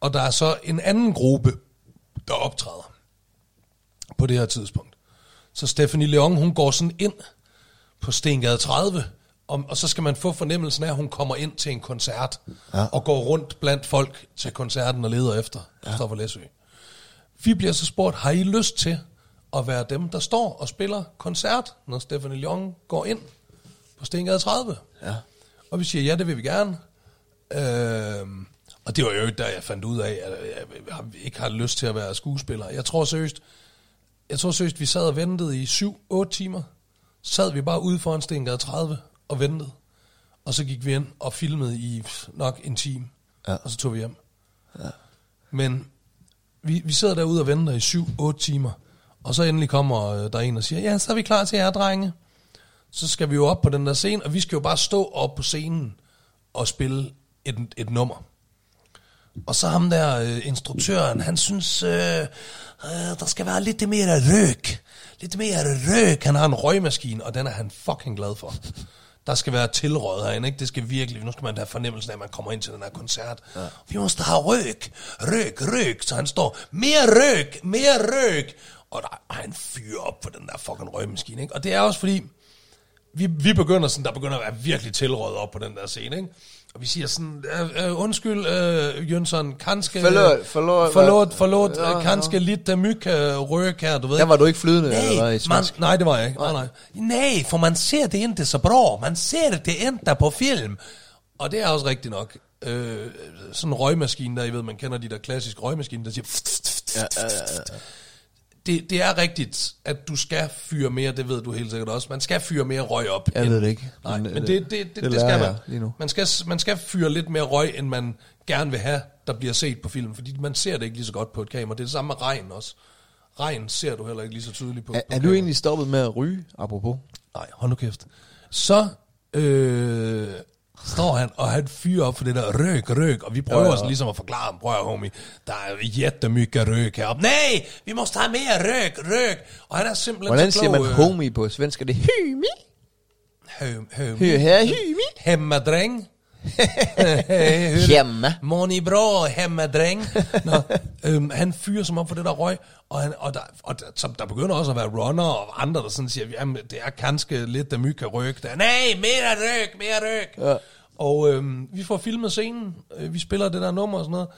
Og der er så en anden gruppe, der optræder på det her tidspunkt. Så Stephanie Leon, hun går sådan ind på Stengade 30, og, og så skal man få fornemmelsen af, at hun kommer ind til en koncert, ja. og går rundt blandt folk til koncerten og leder efter Christoffer Læsø. Vi bliver så spurgt, har I lyst til at være dem, der står og spiller koncert, når Stephanie Leon går ind på Stengade 30?
Ja.
Og vi siger, ja, det vil vi gerne. Øhm, og det var jo der, jeg fandt ud af, at jeg har- ikke har lyst til at være skuespiller. Jeg tror seriøst, jeg tror seriøst, vi sad og ventede i 7-8 timer. Sad vi bare ude foran Stengade 30 og ventede. Og så gik vi ind og filmede i nok en time.
Ja.
Og så tog vi hjem. Men vi, vi sidder derude og venter i 7-8 timer, og så endelig kommer øh, der en og siger, ja, så er vi klar til jer, drenge. Så skal vi jo op på den der scene, og vi skal jo bare stå op på scenen og spille et, et nummer. Og så ham der, øh, instruktøren, han synes, øh, øh, der skal være lidt mere røg. Lidt mere røg. Han har en røgmaskine, og den er han fucking glad for. Der skal være tilråd herinde, ikke? Det skal virkelig, nu skal man have fornemmelsen af, at man kommer ind til den her koncert. Ja. Vi måske have røg, røg, røg. Så han står, mere røg, mere røg. Og der er en fyr op på den der fucking røgmaskine, ikke? Og det er også fordi, vi, vi begynder sådan, der begynder at være virkelig tilrådet op på den der scene, ikke? Og vi siger sådan, øh, øh, undskyld, øh, Jønsson, kanske...
Forlåt, forlåt,
forlåt,
hvad-
forlåt,
Ja,
øh, kanske lidt der myk øh, røg her, du ved.
Der var du ikke flydende, eller hvad,
nej,
i
man,
svensk?
nej, det var jeg ikke. Nej, nej. nej, for man ser det ikke så bra. Man ser det ikke på film. Og det er også rigtigt nok. Øh, sådan en røgmaskine der, I ved, man kender de der klassiske røgmaskiner, der siger... Ja, ja, ja, ja det, det er rigtigt, at du skal fyre mere, det ved du helt sikkert også. Man skal fyre mere røg op.
Jeg ved det ikke.
Nej,
Men,
men
øh,
det, det, det,
det
det, det
lærer
skal
jeg
man.
lige nu.
Man skal, man skal fyre lidt mere røg, end man gerne vil have, der bliver set på film. Fordi man ser det ikke lige så godt på et kamera. Det er det samme med regn også. Regn ser du heller ikke lige så tydeligt på
Er,
på
er du
kamera.
egentlig stoppet med at ryge, apropos?
Nej, hold nu kæft. Så øh, står han, og han fyrer op for det der røg, røg, og vi prøver ja, ja. ligesom at forklare ham, prøv at høre, homie, der er jättemycket røg heroppe. Nej, vi må have mere røg, røg. Og han er simpelthen
Hvordan
så
siger
klog,
man
øh,
homie på svensk? Er det hymi?
Høm, høm.
Hø her, hymi?
Hemmadräng. Hur-
Hemma.
Mår ni bra, hemmadräng? Nå, øhm, han fyrer som om for det der røg, og, han, og, der, og der, som der begynder også at være runner og andre, der sådan siger, jamen, det er kanskje lidt, der myg kan rykke. Der, Nej, mere ryk, mere ryk. Ja. Og øhm, vi får filmet scenen, øh, vi spiller det der nummer og sådan noget,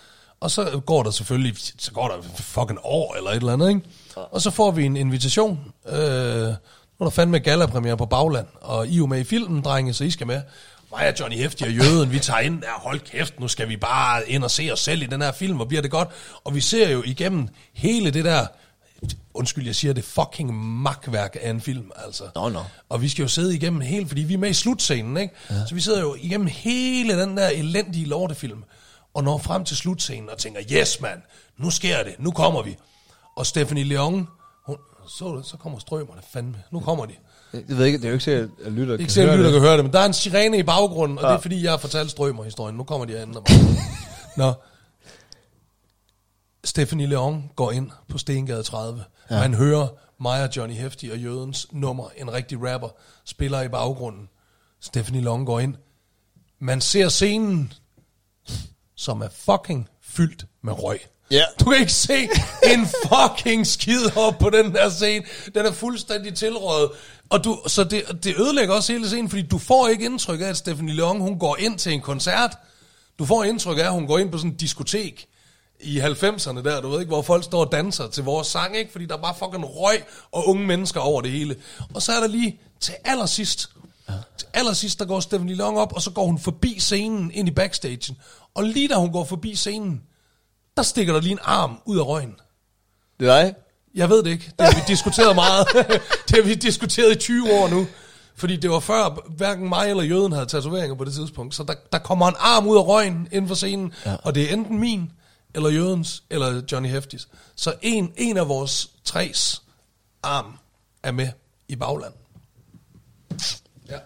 og så går der selvfølgelig, så går der fucking år eller et eller andet, ikke? Og så får vi en invitation, øh, nu er der fandme gallapremiere på Bagland, og I er jo med i filmen, drenge, så I skal med. Mig og Johnny Hefti og Jøden, vi tager ind, ja, hold kæft, nu skal vi bare ind og se os selv i den her film, hvor bliver det godt. Og vi ser jo igennem hele det der, undskyld, jeg siger det, fucking makværk af en film, altså.
Nå, nå.
Og vi skal jo sidde igennem hele, fordi vi er med i slutscenen, ikke? Ja. Så vi sidder jo igennem hele den der elendige lortefilm, og når frem til slutscenen og tænker, yes mand, nu sker det, nu kommer vi. Og Stephanie Leon, hun, så, så kommer strømmerne fandme, nu kommer de.
Jeg ved ikke, det er jo ikke sikkert, at lytter
Ikke selv lytter kan høre det, men der er en sirene i baggrunden, og det er fordi, jeg har fortalt strømmerhistorien. Nu kommer de og [laughs] ændrer mig. Nå. Stephanie Leon går ind på Stengade 30, ja. og han hører mig og Johnny Hefti og Jødens nummer, en rigtig rapper, spiller i baggrunden. Stephanie Leon går ind. Man ser scenen, som er fucking fyldt med røg.
Ja.
Du kan ikke se en fucking skid op på den der scene. Den er fuldstændig tilrådet. Og du, så det, det ødelægger også hele scenen, fordi du får ikke indtryk af, at Stephanie Long, hun går ind til en koncert. Du får indtryk af, at hun går ind på sådan en diskotek i 90'erne der, du ved ikke, hvor folk står og danser til vores sang, ikke? Fordi der er bare fucking røg og unge mennesker over det hele. Og så er der lige til allersidst, til allersidst, der går Stephanie Long op, og så går hun forbi scenen ind i backstagen. Og lige da hun går forbi scenen, der stikker der lige en arm ud af røgen.
Det er dig?
Jeg ved det ikke. Det har vi diskuteret meget. [laughs] det har vi diskuteret i 20 år nu. Fordi det var før, hverken mig eller jøden havde tatoveringer på det tidspunkt. Så der, der kommer en arm ud af røgen inden for scenen, ja. og det er enten min, eller jødens, eller Johnny Heftis. Så en, en af vores tres arm er med i bagland. Ja.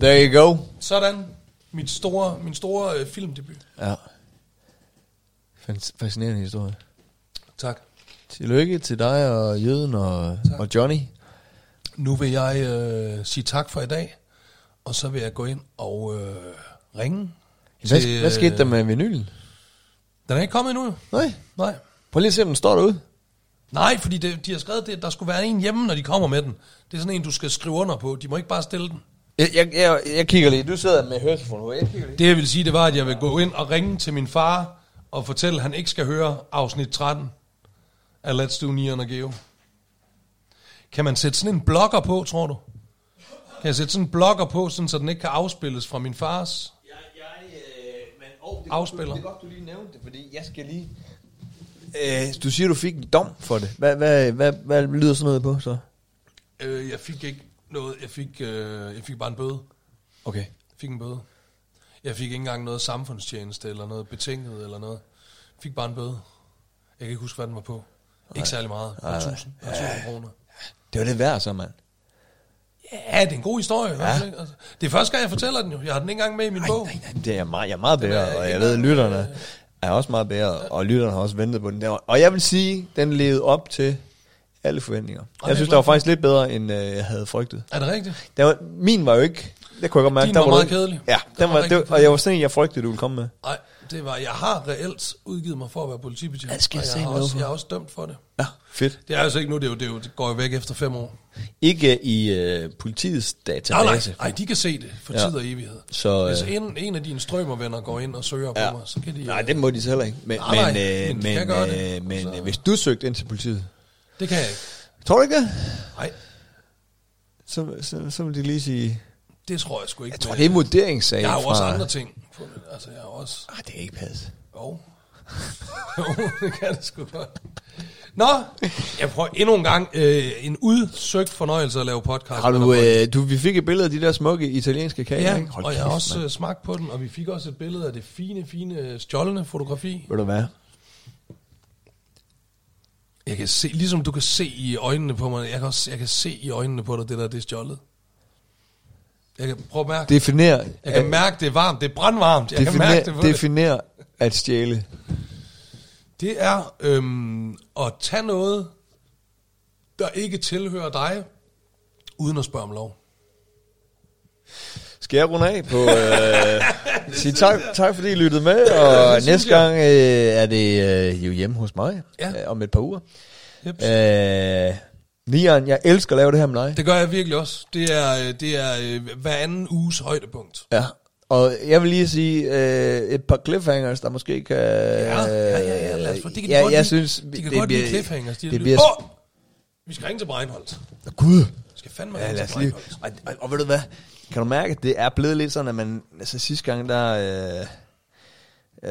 There you go.
Sådan. Mit store, min store øh, filmdebut.
Ja. Fans- Fascinerende historie.
Tak.
Tillykke til dig og Jøden og, og Johnny.
Nu vil jeg øh, sige tak for i dag, og så vil jeg gå ind og øh, ringe.
Hvad,
til,
hvad skete der
øh,
med vinylen?
Den er ikke kommet endnu.
Nej.
Nej.
Prøv lige at se, om den står derude.
Nej, fordi det, de har skrevet, det, at der skulle være en hjemme, når de kommer med den. Det er sådan en, du skal skrive under på. De må ikke bare stille den.
Jeg, jeg, jeg, jeg kigger lige. Du sidder med høretelefonen på. Jeg kigger lige.
Det jeg vil sige, det var, at jeg vil gå ind og ringe til min far og fortælle, at han ikke skal høre afsnit 13 af Let's Do Neon og Geo. Kan man sætte sådan en blokker på, tror du? Kan jeg sætte sådan en blokker på, sådan, så den ikke kan afspilles fra min fars?
Jeg, jeg, øh, men, oh, det
Afspiller.
Det er godt, du lige nævnte det, fordi jeg skal lige... Øh, du siger, du fik en dom for det. Hvad, hvad, hvad, hvad lyder sådan noget på, så?
Øh, jeg fik ikke noget. Jeg fik, øh, jeg fik bare en bøde.
Okay.
Jeg fik en bøde. Jeg fik ikke engang noget samfundstjeneste eller noget betinget eller noget. Jeg fik bare en bøde. Jeg kan ikke huske, hvad den var på. Ikke særlig meget. Nej, 1000, 1000 kroner.
Det var det værd, så, mand.
Ja, det er en god historie. Ja. Altså, det er første gang, jeg fortæller den jo. Jeg har den ikke engang med i min
Nej,
bog.
nej, nej, det er jeg meget, jeg er meget
Den er
bedre, og
ikke
jeg ved, at
engang-
lytterne er også meget bedre, og lytterne har også ventet på den. Der. Og jeg vil sige, den levede op til alle forventninger.
er
Jeg synes,
jeg
der
glad
var
for.
faktisk lidt bedre, end øh, jeg havde frygtet.
Er det rigtigt?
Der var, min var jo ikke... Det kunne jeg godt mærke.
Din
der
var
du
meget
ikke-
kedelig.
Ja,
Den
den
var
var,
rigtig
det, og jeg var sådan en, jeg frygtede, du ville komme med.
Nej, det var, jeg har reelt udgivet mig for at være politibetjent.
Ja, det skal
og
jeg
jeg,
se
har
noget
også,
for.
jeg er også dømt for det.
Ja, fedt.
Det er altså ikke nu, det, er jo, det, er jo, det går jo væk efter fem år.
Ikke i øh, politiets
Nej, nej,
database.
nej, de kan se det for
Ja.
tid og evighed.
Så,
Hvis
øh,
en, en af dine strømmervenner går ind og søger ja. på mig, så kan de...
Nej,
øh,
det må de så heller ikke. Men,
Nej, nej,
men, øh,
men de
men,
kan gøre det.
øh, men
Altså-
øh, hvis du søgte ind til politiet,
det kan jeg ikke.
tror du ikke det?
Nej,
Så, så, så vil de lige sige...
det tror jeg sgu ikke.
Jeg tror,
men
det er en vurderingssag
Jeg har jo
fra...
også andre ting. På, det. altså, jeg har også...
Ah, det kan ikke passe.
Jo. [laughs] jo, det kan det sgu godt. Nå, jeg prøver endnu en gang øh, en udsøgt fornøjelse at lave podcast.
Har
med
du,
dig, Frederik.
øh, du, vi fik et billede af de der smukke italienske kager, ikke?
Ja, og jeg har også
mand.
øh, smagt på den, og vi fik også et billede af det fine, fine øh, stjålne fotografi.
Ved du hvad?
Jeg kan se, ligesom du kan se i øjnene på mig, jeg kan, også, jeg kan se i øjnene på dig, det der, det er stjålet. Jeg kan prøve at mærke. Det,
Definer...
jeg kan mærke, det er varmt. Det er brandvarmt. Jeg kan mærke det på
definer,
det.
definer at stjæle.
Det er øhm, at tage noget, der ikke tilhører dig, uden at spørge om lov.
Skal jeg runde af på...
[laughs]
Øh, sige tak, tak, fordi I lyttede med, og
synes
næste
jeg.
gang øh, er det øh, jo hjemme hos mig
Ja.
øh, om et par uger.
Jeps.
Øh, Nian, jeg elsker at lave det her med dig.
Det gør jeg virkelig også. Det er, øh, det er øh, hver anden uges højdepunkt.
Ja. Og jeg vil lige sige øh, et par cliffhangers, der måske kan...
Ja, ja, ja, ja, lad os få. Det kan de
øh, ja,
godt
jeg
lide.
synes,
de kan godt lide cliffhangers. De
det bliver...
Åh! Vi skal ringe til Breinholt.
Oh! Gud!
Vi skal fandme
Ja,
ringe
lad
til
os lige...
Breinholt.
Og, og, og ved du hvad? Kan du mærke, at det er blevet lidt sådan, at man... Altså sidste gang, der... Øh, øh,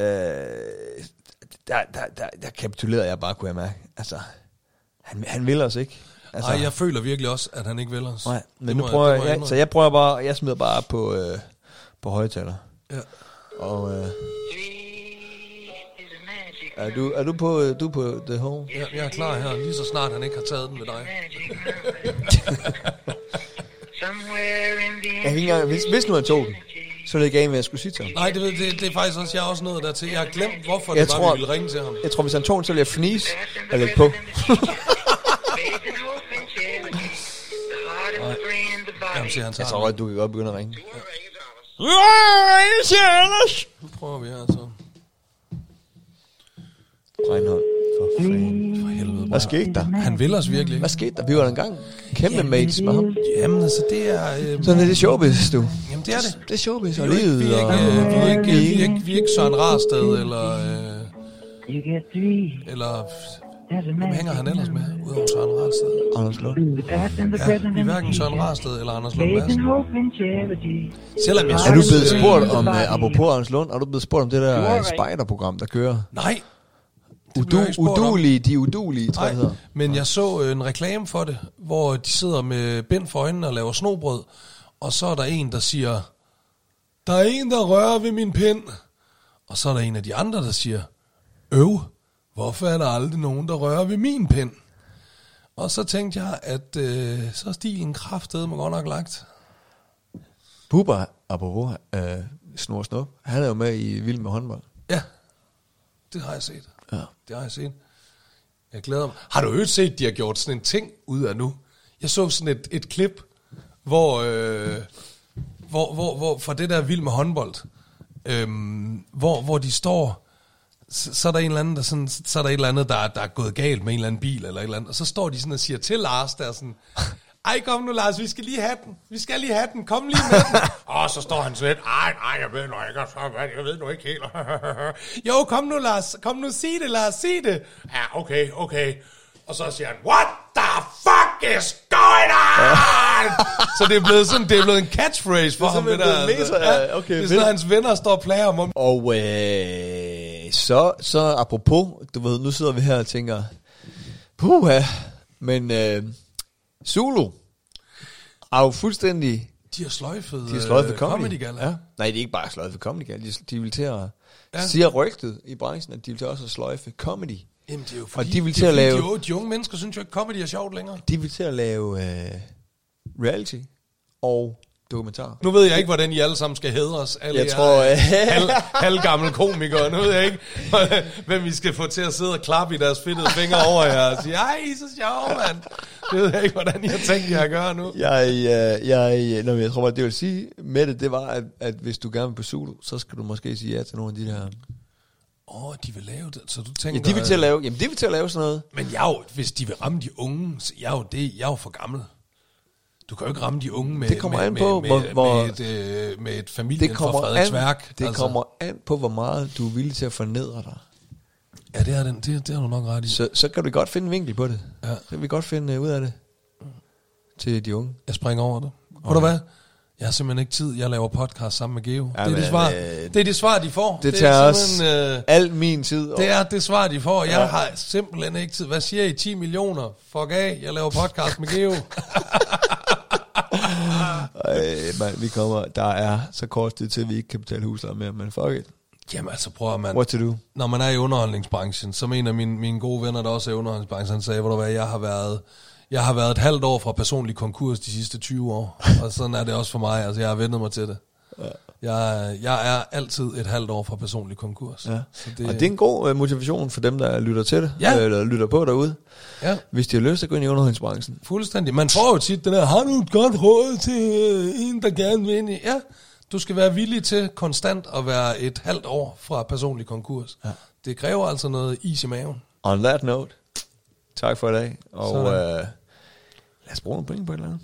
der, der, der, der kapitulerede jeg bare, kunne jeg mærke. Altså, han, han vil os ikke. Altså,
Altså, Ej, jeg føler virkelig også, at han ikke vil os.
Nej,
Det
men nu
må
prøver
det
jeg,
må
jeg,
indrømme.
så jeg prøver bare, jeg smider bare op på, øh, på højtaler.
Ja.
Og øh,
Three is a magic
[laughs] er, du, er du på, øh, du er på The Home?
Jeg, jeg er klar her, lige så snart han ikke har taget den med dig.
magic number. Somewhere in the
Jeg kan ikke engang, hvis, hvis nu han tog den, så ville jeg gerne, hvad jeg skulle sige til ham.
Nej, det, ved- det, det er faktisk også, jeg er også nået dertil. Jeg har glemt, hvorfor
Jeg
det var,
tror-
vi ville ringe til ham.
Jeg tror, hvis han tog den, så ville jeg fnise og lægge på.
Jamen, siger han
Jeg
tager
tror godt, du kan godt begynde at ringe.
den. Nu prøver vi her, så.
Reinhold, for fanden.
For helvede,
Hvad skete der?
Han vil os virkelig.
Hvad skete der? Vi var da engang kæmpe mates med ham.
Jamen, altså, det er... Øh,
Sådan er det showbiz, du.
jamen, det er det.
Det er showbiz og
Vi er ikke, vi
livet.
er
Og...
ikke, øh, vi er ikke, vi er ikke, vi er ikke Søren Rarsted, eller... Øh,
You get three.
eller
There's a
hvem
magic
hænger han ellers
number.
med, udover Søren Rarsted?
Anders Lund.
The past and the present
Vi er
and
hverken
the
Søren
future.
Rarsted eller Anders Lund
Faith and
Madsen.
hope and charity.
Selvom jeg
Er
Er du
synes,
blevet
øh,
spurgt om, uh, apropos Anders Lund, er du blevet spurgt om det der øh, spejderprogram, der kører?
Nej, blev
Udu,
jeg ikke spurgt om.
udulige, de udulige, tror jeg det
Nej,
hedder.
men jeg så øh, en reklame for det, hvor de sidder med bind for øjnene og laver snobrød, og så er der en, der siger, der er en, der rører ved min pind. Og så er der en af de andre, der siger, øv, hvorfor er der aldrig nogen, der rører ved min pind? Og så tænkte jeg, at øh, så er stilen kraftede mig godt nok lagt.
Bubber, apropos øh, Snor Snup, han er jo med i Vild med håndbold.
Ja, Det har jeg set.
Ja.
Det har jeg set. Jeg glæder mig. Har du øvrigt set, de har gjort sådan en ting ud af nu? Jeg så sådan et, et klip, hvor, øh, hvor, hvor, hvor, fra det der vild med håndbold, øhm, hvor, hvor de står, så, så er der en eller anden, der sådan, så er der et eller andet, der, der er gået galt med en eller anden bil, eller et eller andet, og så står de sådan og siger til Lars, der er sådan, ej kom nu Lars, vi skal lige have den, vi skal lige have den, kom lige med den. [laughs] og så står han sådan lidt, ej, nej, jeg ved nu ikke, og så, hvad, jeg ved nu ikke helt. [laughs] jo, kom nu Lars, kom nu, sig det Lars, sig det. Ja, okay, okay. Og så siger han, what the fuck is going on? [laughs] så det er blevet sådan, det er blevet en catchphrase for
Det er
ham. Det
simpelthen
der,
blevet
altså.
meta-
Ja,
okay,
det er sådan,
vildt.
at hans venner står og plager ham om.
Og øh, så, så apropos, du ved, nu sidder vi her og tænker, puha, men øh, Zulu er jo fuldstændig
De har sløjfet,
De er sløjt for
øh,
comedy.
Gala.
ja. Nej, det er ikke bare sløjt for comedy gala. De, de vil til at...
Ja.
Ja. Siger rygtet i branchen, at de vil til også at sløjfe comedy.
Jamen, det er jo
Og
fordi,
de vil
det er
til at
fordi,
lave-
De, unge- de unge mennesker synes jo ikke, comedy er sjovt længere.
De vil til at lave øh, reality og dokumentar.
Nu ved jeg ikke, hvordan I alle sammen skal hedres. Alle
Jeg
jer,
tror,
øh,
øh,
Halv, halvgammel komikere. Nu ved jeg ikke, [laughs] hvem vi skal få til at sidde og klappe i deres fedtede fingre over jer og sige, ej, I er så sjov, mand. Det ved jeg ikke, hvordan jeg tænker, jeg gør nu.
Jeg, øh, jeg, nå, men jeg tror bare, det vil sige med det, det var, at, at hvis du gerne vil på Zulu, så skal du måske sige ja til nogle af de der...
Åh, oh, de vil lave det. Så du
Ja,
tænker...
de vil til at lave, jamen, de vil til at lave sådan noget.
Men jeg er jo, hvis de vil ramme de unge, så jeg er jo, det, jeg er jo for gammel. Du kan jo ikke ramme de unge med,
Det kommer
med,
an på,
med,
hvor-
med,
hvor-
med, et, øh, med et familien
Det
fra Altså,
kommer,
Frederiks
an,
værk.
det kommer an på, hvor meget du er villig til at fornedre dig.
Ja, det, er den, det, det har du nok ret i.
Så, så kan du godt finde en vinkel på det.
Ja.
Så kan vi godt finde øh, ud af det. Til de unge.
Jeg springer over det. Okay. Ved du hvad? Jeg har simpelthen ikke tid. Jeg laver podcast sammen med Geo. Ja, det, er
men,
det, svar,
øh,
det er det svar, de får.
Det,
er
det tager også
simpelthen,
øh, al min tid.
det er det svar, de får. Jeg har simpelthen ikke tid. Hvad siger I? 10 millioner? Fuck af. Jeg laver podcast med
[laughs]
Geo.
Øh, man, vi kommer, der er så kort tid til, at vi ikke kan betale husleje mere, men fuck it.
Jamen altså, prøv at man...
What to do?
når man er i underholdningsbranchen, som en af mine, mine gode venner, der også er i underholdningsbranchen, han sagde, hvor du hvad, jeg har været... Jeg har været et halvt år fra personlig konkurs de sidste 20 år, og sådan er det også for mig. Altså, jeg har vendt mig til det. Jeg, jeg er altid et halvt år fra personlig konkurs.
Ja.
Så
Det, og det er en god øh, motivation for dem, der lytter til det,
Ja.
øh, eller lytter på derude.
Ja.
Hvis de har lyst til at gå ind i underholdningsbranchen.
Fuldstændig. Man får jo tit den der, har du et godt råd til øh, en, der gerne vil ind i? Ja, du skal være villig til konstant at være et halvt år fra personlig konkurs. Ja. Det kræver altså noget is i maven.
On that note, tak for i dag, og øh,
Sådan.
lad os bruge nogle penge på et eller andet.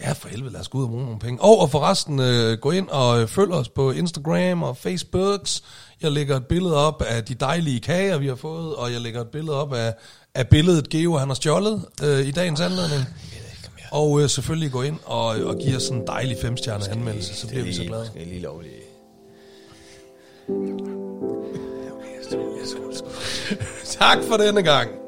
Ja, for helvede, lad os gå ud og bruge nogle penge. Og, og forresten, øh, gå ind og øh, følg os på Instagram og Facebooks. Jeg lægger et billede op af de dejlige kager, vi har fået, og jeg lægger et billede op af, af billedet Geo, han har stjålet øh, i dagens
Ah,
anledning. Og øh, selvfølgelig gå ind og, og give os en dejlig femstjernet anmeldelse, så bliver vi så glade.
Det er lige lovligt.
Tak for denne gang.